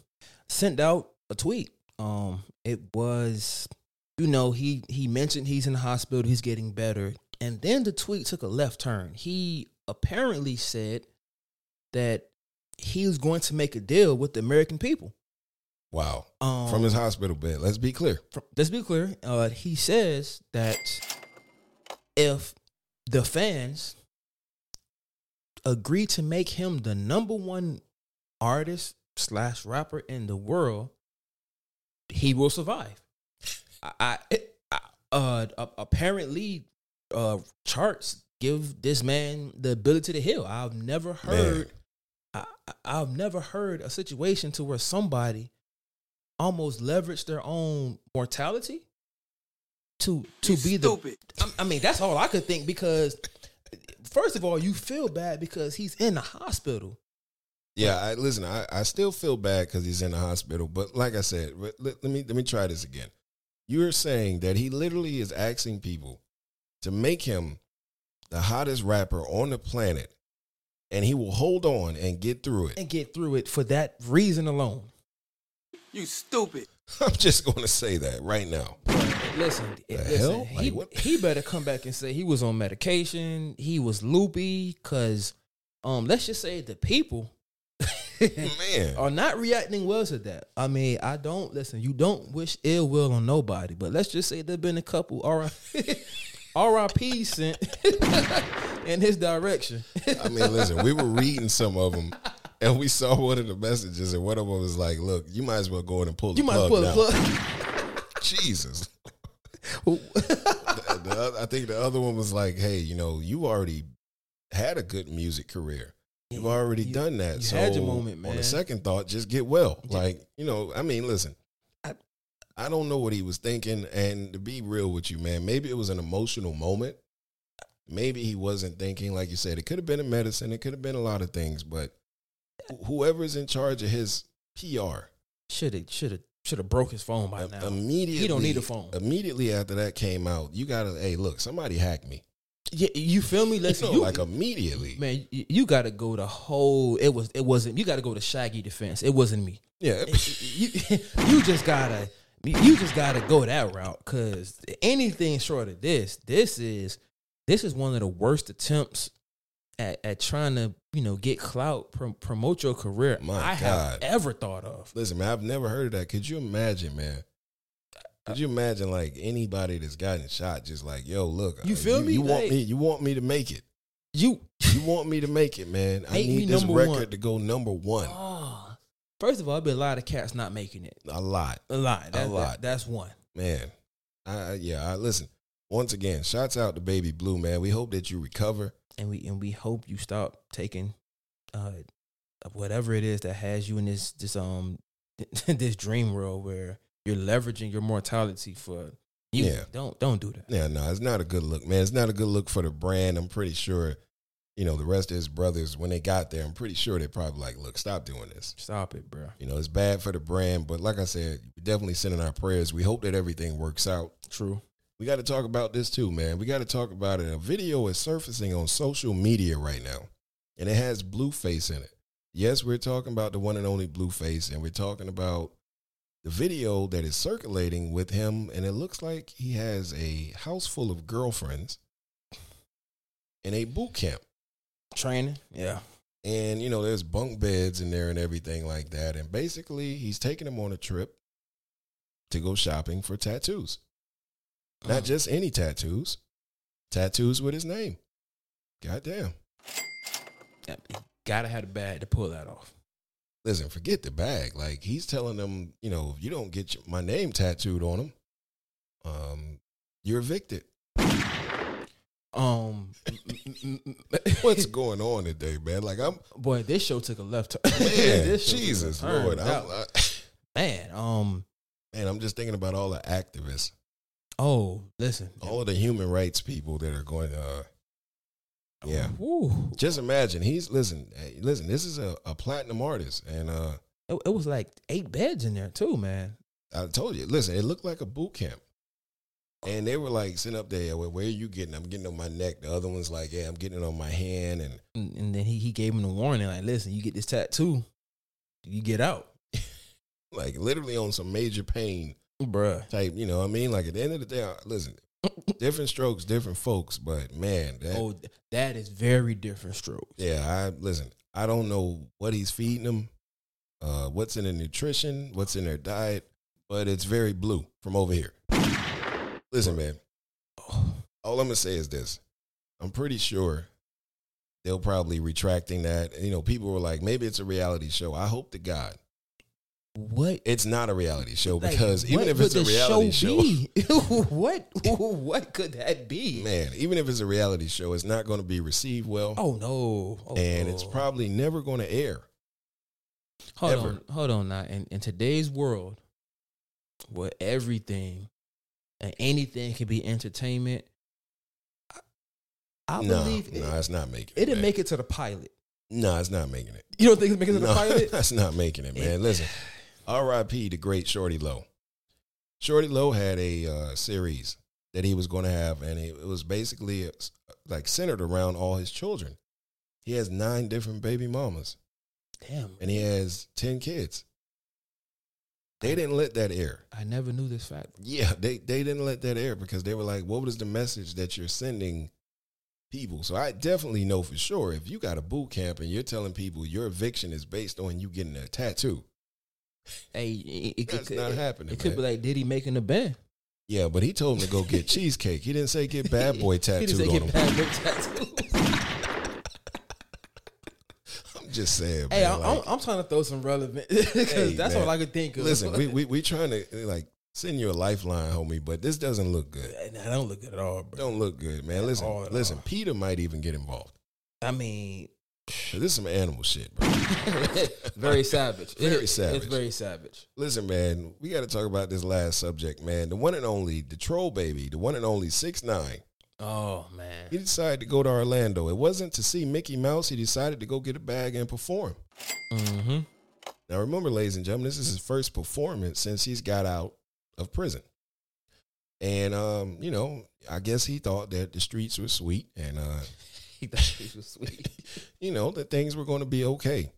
[SPEAKER 3] sent out a tweet. Um, it was, you know, he he mentioned he's in the hospital, he's getting better, and then the tweet took a left turn. He apparently said that he was going to make a deal with the American people.
[SPEAKER 2] Wow.
[SPEAKER 3] Um,
[SPEAKER 2] From his hospital bed. Let's be clear.
[SPEAKER 3] from, let's be clear. Uh, he says that if the fans agree to make him the number one artist slash rapper in the world, he will survive. I, I, it- I uh, a- apparently, uh, charts give this man the ability to heal. I've never heard. I, I- I've never heard a situation to where somebody almost leveraged their own mortality to to be the. I, I mean, that's all I could think because, first of all, you feel bad because he's in the hospital.
[SPEAKER 2] Yeah, I listen, I, I still feel bad because he's in the hospital. But like I said, let, let me let me try this again. You're saying that he literally is asking people to make him the hottest rapper on the planet, and he will hold on and get through it.
[SPEAKER 3] and get through it for that reason alone.
[SPEAKER 2] I'm just going to say that right now.
[SPEAKER 3] Listen,
[SPEAKER 2] The
[SPEAKER 3] listen,
[SPEAKER 2] hell?
[SPEAKER 3] He,
[SPEAKER 2] Like, what-
[SPEAKER 3] he better come back and say he was on medication, he was loopy, cause um, let's just say the people
[SPEAKER 2] Man,
[SPEAKER 3] are not reacting well to that. I mean, I don't listen. You don't wish ill will on nobody, but let's just say there've been a couple. All right, R.I.P. sent in his direction.
[SPEAKER 2] I mean, listen, we were reading some of them, and we saw one of the messages, and one of them was like, "Look, you might as well go in and pull the
[SPEAKER 3] You might
[SPEAKER 2] plug
[SPEAKER 3] pull
[SPEAKER 2] now."
[SPEAKER 3] the plug.
[SPEAKER 2] Jesus. The- the oth- I think the other one was like, "Hey, you know, you already had a good music career. You've already
[SPEAKER 3] you-
[SPEAKER 2] done that.
[SPEAKER 3] you
[SPEAKER 2] so
[SPEAKER 3] had your moment,
[SPEAKER 2] on
[SPEAKER 3] man.
[SPEAKER 2] the second thought, just get well. Like, you know, I mean, listen, I, I don't know what he was thinking. And to be real with you, man, maybe it was an emotional moment. Maybe he wasn't thinking, like you said, it could have been a medicine. It could have been a lot of things. But wh- whoever's in charge of his PR,
[SPEAKER 3] Should have, should have, should have broke his phone by
[SPEAKER 2] Im-
[SPEAKER 3] now.
[SPEAKER 2] Immediately,
[SPEAKER 3] He don't need a phone.
[SPEAKER 2] Immediately after that came out, you gotta. Hey, look, somebody hacked me.
[SPEAKER 3] Yeah, you feel me?
[SPEAKER 2] Let's
[SPEAKER 3] Listen,
[SPEAKER 2] know,
[SPEAKER 3] you,
[SPEAKER 2] like immediately.
[SPEAKER 3] man, you, you got to go the whole. It was, it wasn't. You got to go to Shaggy defense. It wasn't me.
[SPEAKER 2] yeah,
[SPEAKER 3] you you just gotta you just gotta go that route because anything short of this this is this is one of the worst attempts at, at trying to you know get clout prom- promote your career
[SPEAKER 2] My
[SPEAKER 3] i
[SPEAKER 2] God.
[SPEAKER 3] have ever thought of
[SPEAKER 2] listen, man, I've never heard of that. Could you imagine, man? Could you imagine like anybody that's gotten shot, just like, yo, look,
[SPEAKER 3] You
[SPEAKER 2] uh,
[SPEAKER 3] feel me?
[SPEAKER 2] You want
[SPEAKER 3] Like-
[SPEAKER 2] me? You want me to make it?
[SPEAKER 3] you
[SPEAKER 2] You want me to make it, man? I
[SPEAKER 3] Make me
[SPEAKER 2] need this
[SPEAKER 3] number
[SPEAKER 2] record
[SPEAKER 3] one.
[SPEAKER 2] to go number one. Ah.
[SPEAKER 3] oh, first of all there'll be a lot of cats not making it
[SPEAKER 2] A lot,
[SPEAKER 3] a lot That- that-
[SPEAKER 2] lot.
[SPEAKER 3] that's one
[SPEAKER 2] man. I I- yeah, I listen. Once again, shouts out to Baby Blue, man. We hope that you recover.
[SPEAKER 3] and we and we hope you stop taking uh whatever it is that has you in this this um this dream world where you're leveraging your mortality for you
[SPEAKER 2] Yeah.
[SPEAKER 3] don't don't do that
[SPEAKER 2] Yeah, no, it's not a good look, man. It's not a good look for the brand. I'm pretty sure, you know, the rest of his brothers, when they got there, I'm pretty sure they probably like, look, stop doing this.
[SPEAKER 3] stop it bro
[SPEAKER 2] You know, it's bad for the brand. But like I said, we definitely sending our prayers. We hope that everything works out.
[SPEAKER 3] true
[SPEAKER 2] We got to talk about this too, man. We got to talk about it. A video is surfacing on social media right now, and it has Blueface in it. Yes, we're talking about the one and only Blueface, and we're talking about the video that is circulating with him, and it looks like he has a house full of girlfriends in a boot camp.
[SPEAKER 3] training yeah
[SPEAKER 2] And, you know, there's bunk beds in there and everything like that. And basically, he's taking them on a trip to go shopping for tattoos
[SPEAKER 3] Oh.
[SPEAKER 2] not just any tattoos, tattoos with his name. Goddamn.
[SPEAKER 3] gotta have the bag to pull that off
[SPEAKER 2] Listen, forget the bag. Like he's telling them, you know, if you don't get your, my name tattooed on them, um, you're evicted.
[SPEAKER 3] um m- m- m-
[SPEAKER 2] What's going on today, man? Like I'm,
[SPEAKER 3] boy this show took a left turn
[SPEAKER 2] man,
[SPEAKER 3] This show took a
[SPEAKER 2] Jesus
[SPEAKER 3] turn
[SPEAKER 2] Lord, I'm,
[SPEAKER 3] without-
[SPEAKER 2] I,
[SPEAKER 3] man um
[SPEAKER 2] man, I'm just thinking about all the activists,
[SPEAKER 3] oh listen
[SPEAKER 2] all of the human rights people that are going. uh Yeah,
[SPEAKER 3] Woo.
[SPEAKER 2] just imagine he's listen, hey, listen. This is a, a platinum artist, and uh
[SPEAKER 3] It, it was like eight beds in there too man
[SPEAKER 2] I told you, listen, it looked like a boot camp. And they were like sitting up there, well, where are you getting? I'm getting on my neck. The other one's like, yeah, I'm getting it on my hand. And
[SPEAKER 3] and, and then he, he gave him the warning like listen you get this tattoo you get out
[SPEAKER 2] like literally on some major pain
[SPEAKER 3] bruh
[SPEAKER 2] type, you know what I mean? Like at the end of the day, I- listen, different strokes, different folks, but man, that,
[SPEAKER 3] oh th- that is very different strokes
[SPEAKER 2] yeah, I listen, I don't know what he's feeding them, uh, what's in their nutrition, what's in their diet, but it's very blue from over here. Listen, man, all I'm gonna say is this: I'm pretty sure they'll probably retracting that. You know, people were like, maybe it's a reality show. I hope to God
[SPEAKER 3] what
[SPEAKER 2] it's not a reality show
[SPEAKER 3] like,
[SPEAKER 2] because even
[SPEAKER 3] what
[SPEAKER 2] if it's a
[SPEAKER 3] would the
[SPEAKER 2] reality show,
[SPEAKER 3] be? what what could that be
[SPEAKER 2] man, even if it's a reality show, it's not going to be received well,
[SPEAKER 3] oh no Oh,
[SPEAKER 2] and it's
[SPEAKER 3] no.
[SPEAKER 2] probably never going to air.
[SPEAKER 3] hold
[SPEAKER 2] ever.
[SPEAKER 3] on hold on now in, in today's world where everything and anything can be entertainment i, I
[SPEAKER 2] no,
[SPEAKER 3] believe it,
[SPEAKER 2] no, it's not making it.
[SPEAKER 3] it didn't
[SPEAKER 2] man.
[SPEAKER 3] make it to the pilot
[SPEAKER 2] No, it's not making it.
[SPEAKER 3] you don't think it's making it to
[SPEAKER 2] No,
[SPEAKER 3] the pilot
[SPEAKER 2] that's not making it, man. Listen, R.I.P. the great Shorty Low. Shorty Low had a uh, series that he was going to have, and it, it was basically uh, s- like centered around all his children. He has nine different baby mamas,
[SPEAKER 3] damn
[SPEAKER 2] and he has ten kids. They didn't let that air.
[SPEAKER 3] I never knew this fact.
[SPEAKER 2] Yeah, they they didn't let that air because they were like, "What was the message that you're sending people?" So I definitely know for sure if you got a boot camp and you're telling people your eviction is based on you getting a tattoo.
[SPEAKER 3] Hey, it, it,
[SPEAKER 2] That's
[SPEAKER 3] it-
[SPEAKER 2] not
[SPEAKER 3] it-
[SPEAKER 2] happening,
[SPEAKER 3] It could
[SPEAKER 2] man.
[SPEAKER 3] be like Diddy making a band.
[SPEAKER 2] Yeah, but he told him to go get cheesecake. He didn't say get bad boy
[SPEAKER 3] He
[SPEAKER 2] tattooed
[SPEAKER 3] just said
[SPEAKER 2] on him.
[SPEAKER 3] get bad boy tattoos.
[SPEAKER 2] I'm just saying,
[SPEAKER 3] hey,
[SPEAKER 2] man,
[SPEAKER 3] I'm,
[SPEAKER 2] like-
[SPEAKER 3] I'm, I'm trying to throw some relevant because
[SPEAKER 2] Hey,
[SPEAKER 3] that's
[SPEAKER 2] man.
[SPEAKER 3] all I could think of.
[SPEAKER 2] Listen, we, we we trying to like send you a lifeline, homie, but this doesn't look good.
[SPEAKER 3] nah, that don't look good at all, bro.
[SPEAKER 2] Don't look good, man. Listen,
[SPEAKER 3] all, at
[SPEAKER 2] listen.
[SPEAKER 3] all.
[SPEAKER 2] Peter might even get involved.
[SPEAKER 3] I mean,
[SPEAKER 2] 'Cause This is some animal shit, bro.
[SPEAKER 3] very savage.
[SPEAKER 2] Very
[SPEAKER 3] It-
[SPEAKER 2] savage.
[SPEAKER 3] It's very savage.
[SPEAKER 2] Listen, man, we got to talk about this last subject, man. The one and only, the troll baby, the one and only six nine.
[SPEAKER 3] Oh man.
[SPEAKER 2] He decided to go to Orlando. It wasn't to see Mickey Mouse. He decided to go get a bag and perform.
[SPEAKER 3] Mm-hmm.
[SPEAKER 2] Now, remember, ladies and gentlemen, this is his first performance since he's got out of prison. And, um, you know, I guess he thought that the streets were sweet and, uh,
[SPEAKER 3] He thought he was sweet.
[SPEAKER 2] you know, that things were going to be okay.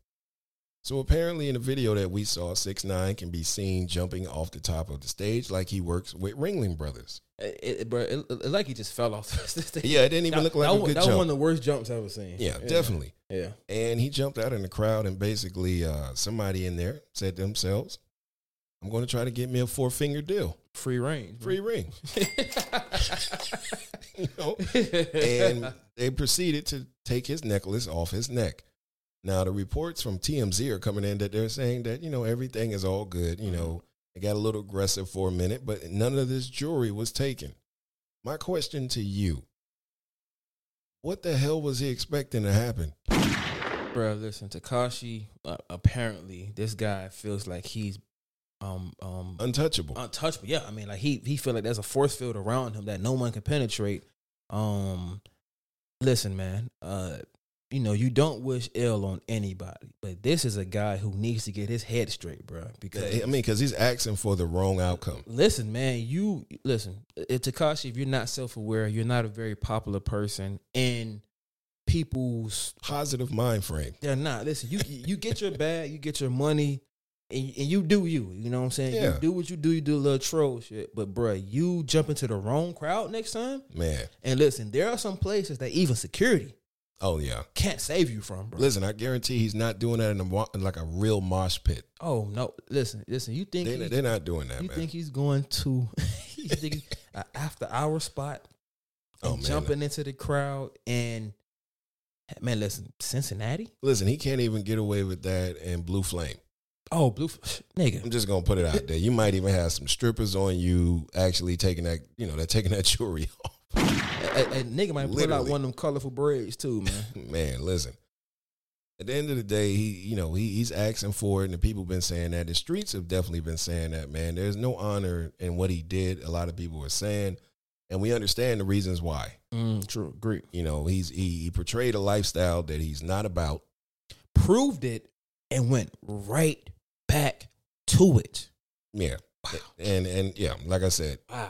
[SPEAKER 2] So apparently, in the video that we saw, six nine can be seen jumping off the top of the stage like he works with Ringling Brothers.
[SPEAKER 3] it, it- bro, it, it- like he just fell off. That-
[SPEAKER 2] Yeah, it didn't even look like
[SPEAKER 3] that,
[SPEAKER 2] a
[SPEAKER 3] one-
[SPEAKER 2] good
[SPEAKER 3] that was one
[SPEAKER 2] jump.
[SPEAKER 3] of the worst jumps I've ever seen.
[SPEAKER 2] Yeah, definitely.
[SPEAKER 3] Yeah.
[SPEAKER 2] And he jumped out in the crowd, and basically, uh, somebody in there said to themselves, "I'm going to try to get me a four finger deal,
[SPEAKER 3] Free range.
[SPEAKER 2] free ring." you know, and they proceeded to take his necklace off his neck. Now the reports from TMZ are coming in that they're saying that you know everything is all good. You know, it got a little aggressive for a minute, but none of this jewelry was taken. My question to you: What the hell was he expecting to happen?
[SPEAKER 3] Bro, listen, Takashi. Uh, apparently, this guy feels like he's um um
[SPEAKER 2] Untouchable.
[SPEAKER 3] untouchable. Yeah, I mean, like he he feel like there's a force field around him that no one can penetrate. Um, listen, man. Uh, you know, you don't wish ill on anybody, but this is a guy who needs to get his head straight, bro. Because
[SPEAKER 2] I mean, because he's asking for the wrong outcome.
[SPEAKER 3] Listen, man, you listen, if Takashi, if you're not self aware, you're not a very popular person in people's
[SPEAKER 2] Positive mind frame.
[SPEAKER 3] they're not. Listen, you you get your bag, you get your money, and, and you do you. You know what I'm saying?
[SPEAKER 2] Yeah.
[SPEAKER 3] You do what you do, you do a little troll shit. But bruh, you jump into the wrong crowd next time.
[SPEAKER 2] Man.
[SPEAKER 3] And listen, there are some places that even security
[SPEAKER 2] Oh yeah.
[SPEAKER 3] can't save you from, bro.
[SPEAKER 2] Listen, I guarantee he's not doing that in a, wa- like a real mosh pit.
[SPEAKER 3] Oh no, listen, listen, you think
[SPEAKER 2] They,
[SPEAKER 3] he-
[SPEAKER 2] they're not doing that,
[SPEAKER 3] You
[SPEAKER 2] man.
[SPEAKER 3] think he's going to you think an after hour spot and
[SPEAKER 2] Oh, man.
[SPEAKER 3] jumping into the crowd and man, listen, Cincinnati?
[SPEAKER 2] Listen, he can't even get away with that and Blue Flame.
[SPEAKER 3] Oh, blue nigga.
[SPEAKER 2] I'm just gonna put it out there. You might even have some strippers on you actually taking that, you know, they're taking that jewelry off.
[SPEAKER 3] A, a nigga might pull out
[SPEAKER 2] Literally.
[SPEAKER 3] one of them colorful braids too, man.
[SPEAKER 2] Man, listen. At the end of the day, he, you know, he, he's asking for it, and the people been saying that. The streets have definitely been saying that, man. There's no honor in what he did. A lot of people are saying, and we understand the reasons why.
[SPEAKER 3] Mm, true, agree.
[SPEAKER 2] You know, he's he, he portrayed a lifestyle that he's not about.
[SPEAKER 3] Proved it and went right back to it.
[SPEAKER 2] Yeah, and and yeah, like I said,
[SPEAKER 3] Wow.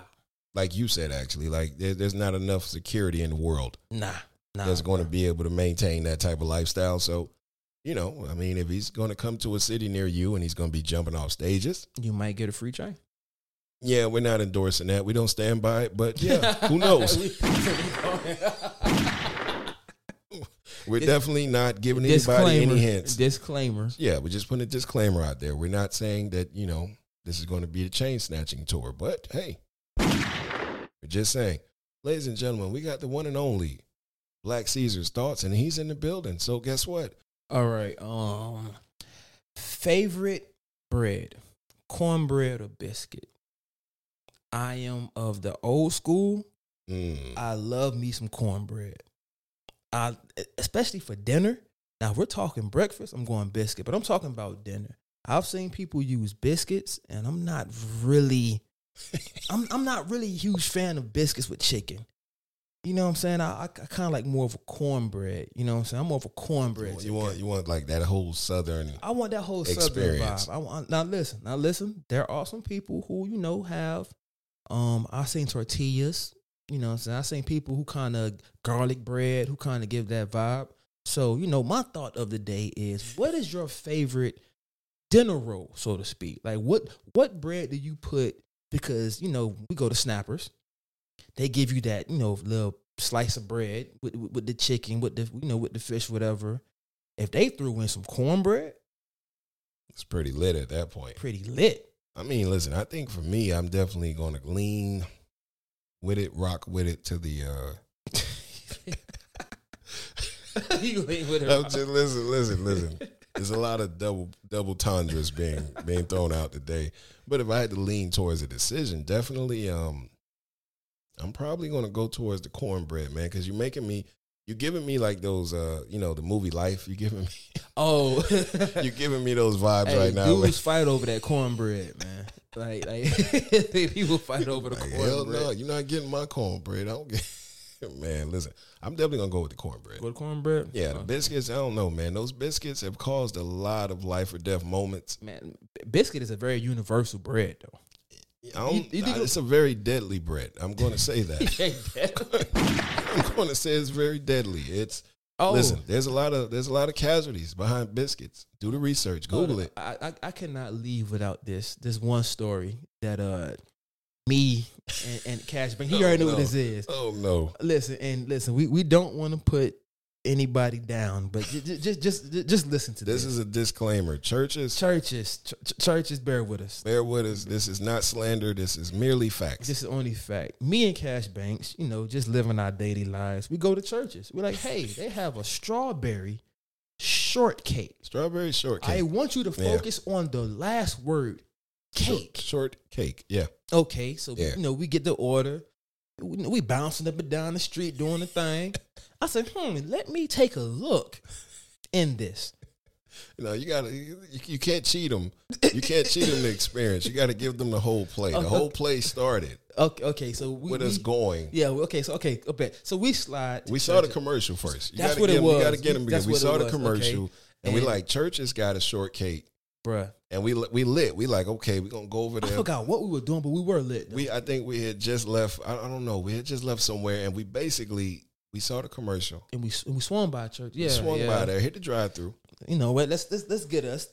[SPEAKER 2] like you said, actually, like there, there's not enough security in the world
[SPEAKER 3] Nah, nah.
[SPEAKER 2] that's going to
[SPEAKER 3] bruh.
[SPEAKER 2] be able to maintain that type of lifestyle. So, you know, I mean, if he's going to come to a city near you and he's going to be jumping off stages,
[SPEAKER 3] You might get a free try.
[SPEAKER 2] yeah, we're not endorsing that. We don't stand by it, but yeah, who knows? We're definitely not giving anybody
[SPEAKER 3] disclaimer.
[SPEAKER 2] any hints.
[SPEAKER 3] Disclaimer.
[SPEAKER 2] Yeah, we're just putting a disclaimer out there. We're not saying that, you know, this is going to be the chain snatching tour, but hey, we're just saying, ladies and gentlemen, we got the one and only Black Caesar's thoughts, and he's in the building. So guess what?
[SPEAKER 3] All right. Um, favorite bread, cornbread or biscuit. I am of the old school.
[SPEAKER 2] Mm,
[SPEAKER 3] I love me some cornbread. I especially for dinner. Now if we're talking breakfast. I'm going biscuit, but I'm talking about dinner. I've seen people use biscuits, and I'm not really, I'm I'm not really a huge fan of biscuits with chicken. You know what I'm saying? I, I, kind of like more of a cornbread. You know what I'm saying? I'm more of a cornbread.
[SPEAKER 2] you want you want like that whole southern
[SPEAKER 3] I want that whole
[SPEAKER 2] Experience.
[SPEAKER 3] experience. Southern vibe. I want now listen, now listen. There are some people who you know have. Um, I seen tortillas. You know, what I'm saying I seen people who kind of garlic bread, who kind of give that vibe. So you know, my thought of the day is, what is your favorite dinner roll, so to speak? Like what what bread do you put? Because you know, we go to Snappers, they give you that you know little slice of bread with with, with the chicken, with the you know with the fish, whatever. If they threw in some cornbread,
[SPEAKER 2] It's pretty lit at that point.
[SPEAKER 3] pretty lit.
[SPEAKER 2] I mean, listen, I think for me, I'm definitely going to lean with it, rock with it to the. uh
[SPEAKER 3] you ain't with
[SPEAKER 2] I'm just listen, listen, listen. There's a lot of double double tundras being being thrown out today. But if I had to lean towards a decision, definitely um I'm probably gonna go towards the cornbread, man, because you're making me you're giving me like those uh you know, the movie life. You're giving me
[SPEAKER 3] Oh,
[SPEAKER 2] you're giving me those vibes
[SPEAKER 3] hey,
[SPEAKER 2] right now.
[SPEAKER 3] dudes fight over that cornbread, man. Like, like people fight over the
[SPEAKER 2] Like, hell
[SPEAKER 3] cornbread.
[SPEAKER 2] no, you're not getting my cornbread. I don't get man, listen. I'm definitely gonna go with the cornbread.
[SPEAKER 3] With cornbread?
[SPEAKER 2] Yeah, the
[SPEAKER 3] Oh.
[SPEAKER 2] biscuits, I don't know, man. Those biscuits have caused a lot of life or death moments.
[SPEAKER 3] man. b- Biscuit is a very universal bread, though.
[SPEAKER 2] I don't,
[SPEAKER 3] You- you think
[SPEAKER 2] it's a very deadly bread. I'm going to say that. I'm going to say it's very deadly. It's
[SPEAKER 3] oh,
[SPEAKER 2] listen. There's a lot of there's a lot of casualties behind biscuits. Do the research. Google it.
[SPEAKER 3] Oh, I, I I cannot leave without this this one story that uh me and, and Cash Bank. He
[SPEAKER 2] No,
[SPEAKER 3] already know
[SPEAKER 2] no.
[SPEAKER 3] what this is.
[SPEAKER 2] Oh no.
[SPEAKER 3] Listen and listen. We we don't want to put anybody down, but just just just, ju- just listen to this.
[SPEAKER 2] This is a disclaimer. Churches,
[SPEAKER 3] churches ch- ch- churches. Bear with us.
[SPEAKER 2] bear with us. This is not slander. This is merely facts.
[SPEAKER 3] This is only fact. Me and Cash Banks, you know, just living our daily lives. We go to churches. We're like, hey, they have a strawberry shortcake.
[SPEAKER 2] Strawberry shortcake.
[SPEAKER 3] I want you to
[SPEAKER 2] Yeah.
[SPEAKER 3] focus on the last word, cake.
[SPEAKER 2] Short, cake. Yeah.
[SPEAKER 3] Okay, so
[SPEAKER 2] Yeah.
[SPEAKER 3] you know we get the order. We, we bouncing up and down the street doing the thing. I said, hmm, let me take a look in this.
[SPEAKER 2] You know, you gotta. You, you can't cheat them. You can't cheat them the experience. You gotta give them the whole play. The whole play started
[SPEAKER 3] Okay, okay, so Uh-huh. we,
[SPEAKER 2] with
[SPEAKER 3] we
[SPEAKER 2] us going.
[SPEAKER 3] Yeah, well, okay, so okay, I bet. So we slide. to
[SPEAKER 2] We saw the
[SPEAKER 3] church.
[SPEAKER 2] commercial first. You
[SPEAKER 3] That's
[SPEAKER 2] gotta
[SPEAKER 3] what
[SPEAKER 2] get
[SPEAKER 3] it
[SPEAKER 2] him- You
[SPEAKER 3] was.
[SPEAKER 2] got to get him because
[SPEAKER 3] That's
[SPEAKER 2] we
[SPEAKER 3] what it
[SPEAKER 2] saw the
[SPEAKER 3] was, okay.
[SPEAKER 2] commercial, and, we
[SPEAKER 3] And-
[SPEAKER 2] like church has got a shortcake,
[SPEAKER 3] Bruh,
[SPEAKER 2] and we li- we lit. We like okay, we gonna go over
[SPEAKER 3] I
[SPEAKER 2] there.
[SPEAKER 3] forgot what we were doing, but we were lit. though.
[SPEAKER 2] We I think we had just left. I, I don't know. We had just left somewhere, and we basically we saw the commercial.
[SPEAKER 3] and we s- and we swung by church. Yeah,
[SPEAKER 2] we swung
[SPEAKER 3] yeah.
[SPEAKER 2] by there, hit the drive through.
[SPEAKER 3] You know what? Let's let's let's get us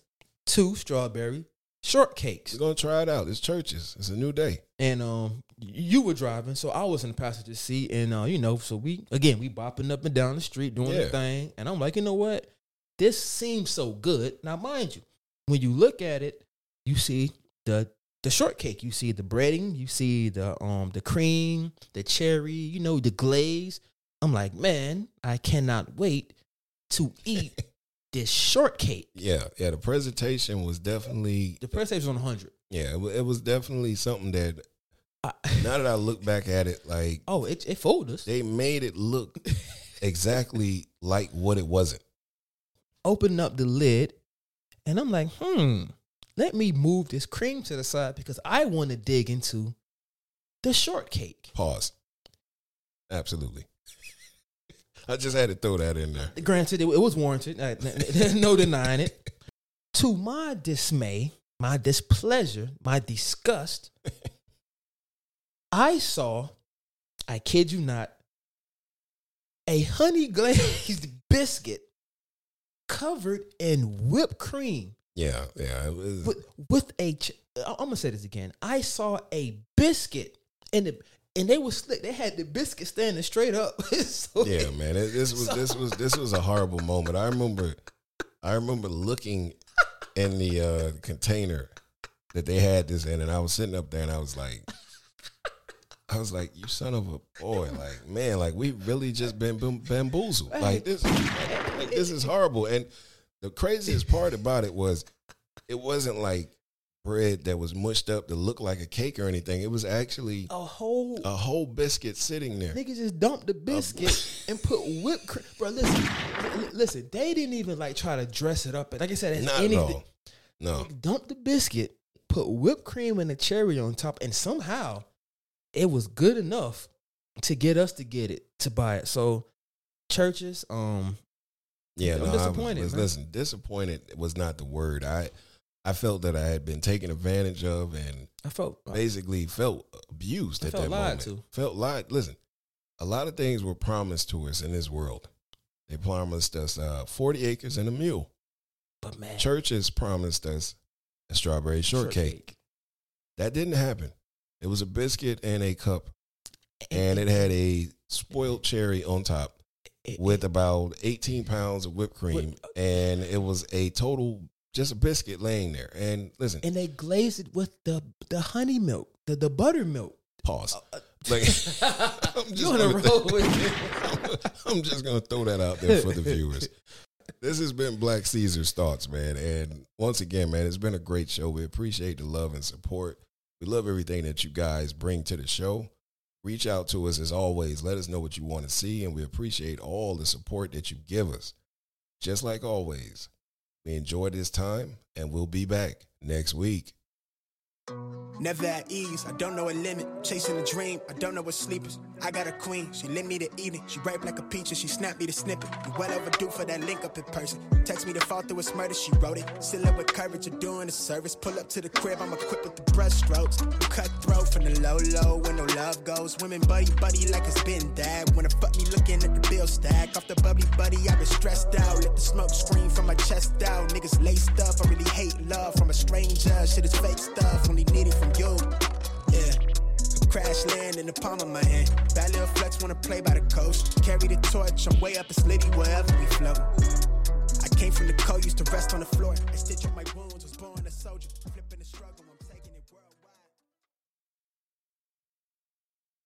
[SPEAKER 3] two strawberry shortcakes.
[SPEAKER 2] We're gonna try it out. It's churches. It's a new day.
[SPEAKER 3] and um, you were driving, so I was in the passenger seat, and uh, you know, so we again we bopping up and down the street doing
[SPEAKER 2] Yeah.
[SPEAKER 3] the thing, and I'm like, you know what, this seems so good. Now, mind you, when you look at it, you see the the shortcake, you see the breading, you see the um the cream, the cherry, you know, the glaze. I'm like, man, I cannot wait to eat this shortcake.
[SPEAKER 2] Yeah, yeah. The presentation was definitely
[SPEAKER 3] The press was on 100.
[SPEAKER 2] yeah. It, wa- it was definitely something that
[SPEAKER 3] I,
[SPEAKER 2] now that I look back at it, like
[SPEAKER 3] oh, it it folders.
[SPEAKER 2] they made it look exactly like what it wasn't.
[SPEAKER 3] open up the lid, and I'm like, hmm, let me move this cream to the side because I want to dig into the shortcake.
[SPEAKER 2] Pause. Absolutely. I just had to throw that in there.
[SPEAKER 3] Granted, it, it was warranted, uh, I- no denying it. To my dismay, my displeasure, my disgust, I saw, I kid you not, a honey glazed biscuit covered in whipped cream.
[SPEAKER 2] Yeah, yeah. It was,
[SPEAKER 3] with with a ch- I- I'm gonna say this again. I saw a biscuit and the and they were slick. They had the biscuit standing straight up. so
[SPEAKER 2] yeah, man. It, this was this was this was a horrible moment. I remember, I remember looking in the uh, container that they had this in, and I was sitting up there, and I was like, I was like, you son of a boy, like man, like we really just been bam- bamboozled. Like this, like, this is horrible. And the craziest part about it was, it wasn't like bread that was mushed up to look like a cake or anything. It was actually
[SPEAKER 3] a whole
[SPEAKER 2] a whole biscuit sitting there.
[SPEAKER 3] nigga just dumped
[SPEAKER 2] um,
[SPEAKER 3] the biscuit and put whipped cream. Bro, listen, li- listen. They didn't even like try to dress it up. Like I said, it's
[SPEAKER 2] Not at
[SPEAKER 3] anything.
[SPEAKER 2] all. No.
[SPEAKER 3] Dump the biscuit, put whipped cream and a cherry on top, and somehow it was good enough to get us to get it to buy it. So churches, um,
[SPEAKER 2] Yeah,
[SPEAKER 3] I'm
[SPEAKER 2] no,
[SPEAKER 3] disappointed,
[SPEAKER 2] I was,
[SPEAKER 3] man.
[SPEAKER 2] listen, disappointed was not the word. I I felt that I had been taken advantage of and
[SPEAKER 3] I felt
[SPEAKER 2] basically felt abused
[SPEAKER 3] I
[SPEAKER 2] at
[SPEAKER 3] felt
[SPEAKER 2] that
[SPEAKER 3] lied
[SPEAKER 2] moment.
[SPEAKER 3] to.
[SPEAKER 2] Felt lied. Listen, a lot of things were promised to us in this world. They promised us uh, forty acres and a mule.
[SPEAKER 3] but man,
[SPEAKER 2] Churches promised us a strawberry shortcake. That didn't happen. It was a biscuit and a cup, and it had a spoiled cherry on top.
[SPEAKER 3] It- uh,
[SPEAKER 2] with about 18 pounds of whipped cream
[SPEAKER 3] What-
[SPEAKER 2] and it was a total just a biscuit laying there. And listen,
[SPEAKER 3] and they glaze it with the the honey milk, the the buttermilk.
[SPEAKER 2] pause. Like, I'm just
[SPEAKER 3] uh, You on a
[SPEAKER 2] gonna-
[SPEAKER 3] roll with
[SPEAKER 2] I'm just gonna throw that out there for the viewers. This has been Black Caesar's thoughts, man. And once again, man, it's been a great show. We appreciate the love and support. We love everything that you guys bring to the show. Reach out to us as always. Let us know what you want to see, and we appreciate all the support that you give us. Just like always, we enjoy this time, and we'll be back next week.
[SPEAKER 1] Never at ease, I don't know a limit. Chasing a dream, I don't know what sleepers. I got a queen, she lit me to evening. She ripe like a peach and she snapped me to snippet. You well overdue for that link up in person. Text me to fall through its murder, she wrote it. Still up with courage, you're doing a service. Pull up to the crib, I'm equipped with the brushstrokes. You Cutthroat from the low low when no love goes. Women buddy buddy like it's been that. When a fuck me looking at the bill stack. Off the bubbly buddy, I've been stressed out. Let the smoke scream from my chest out. Niggas laced up, I really hate love from a stranger. Shit is fake stuff, only need it from you. Yeah. Crash land in the palm of my hand. That little flex wanna play by the coast. Carry the torch, I'm way up, it's litty wherever we float. I came from the cold, used to rest on the floor. I stitch up my wound.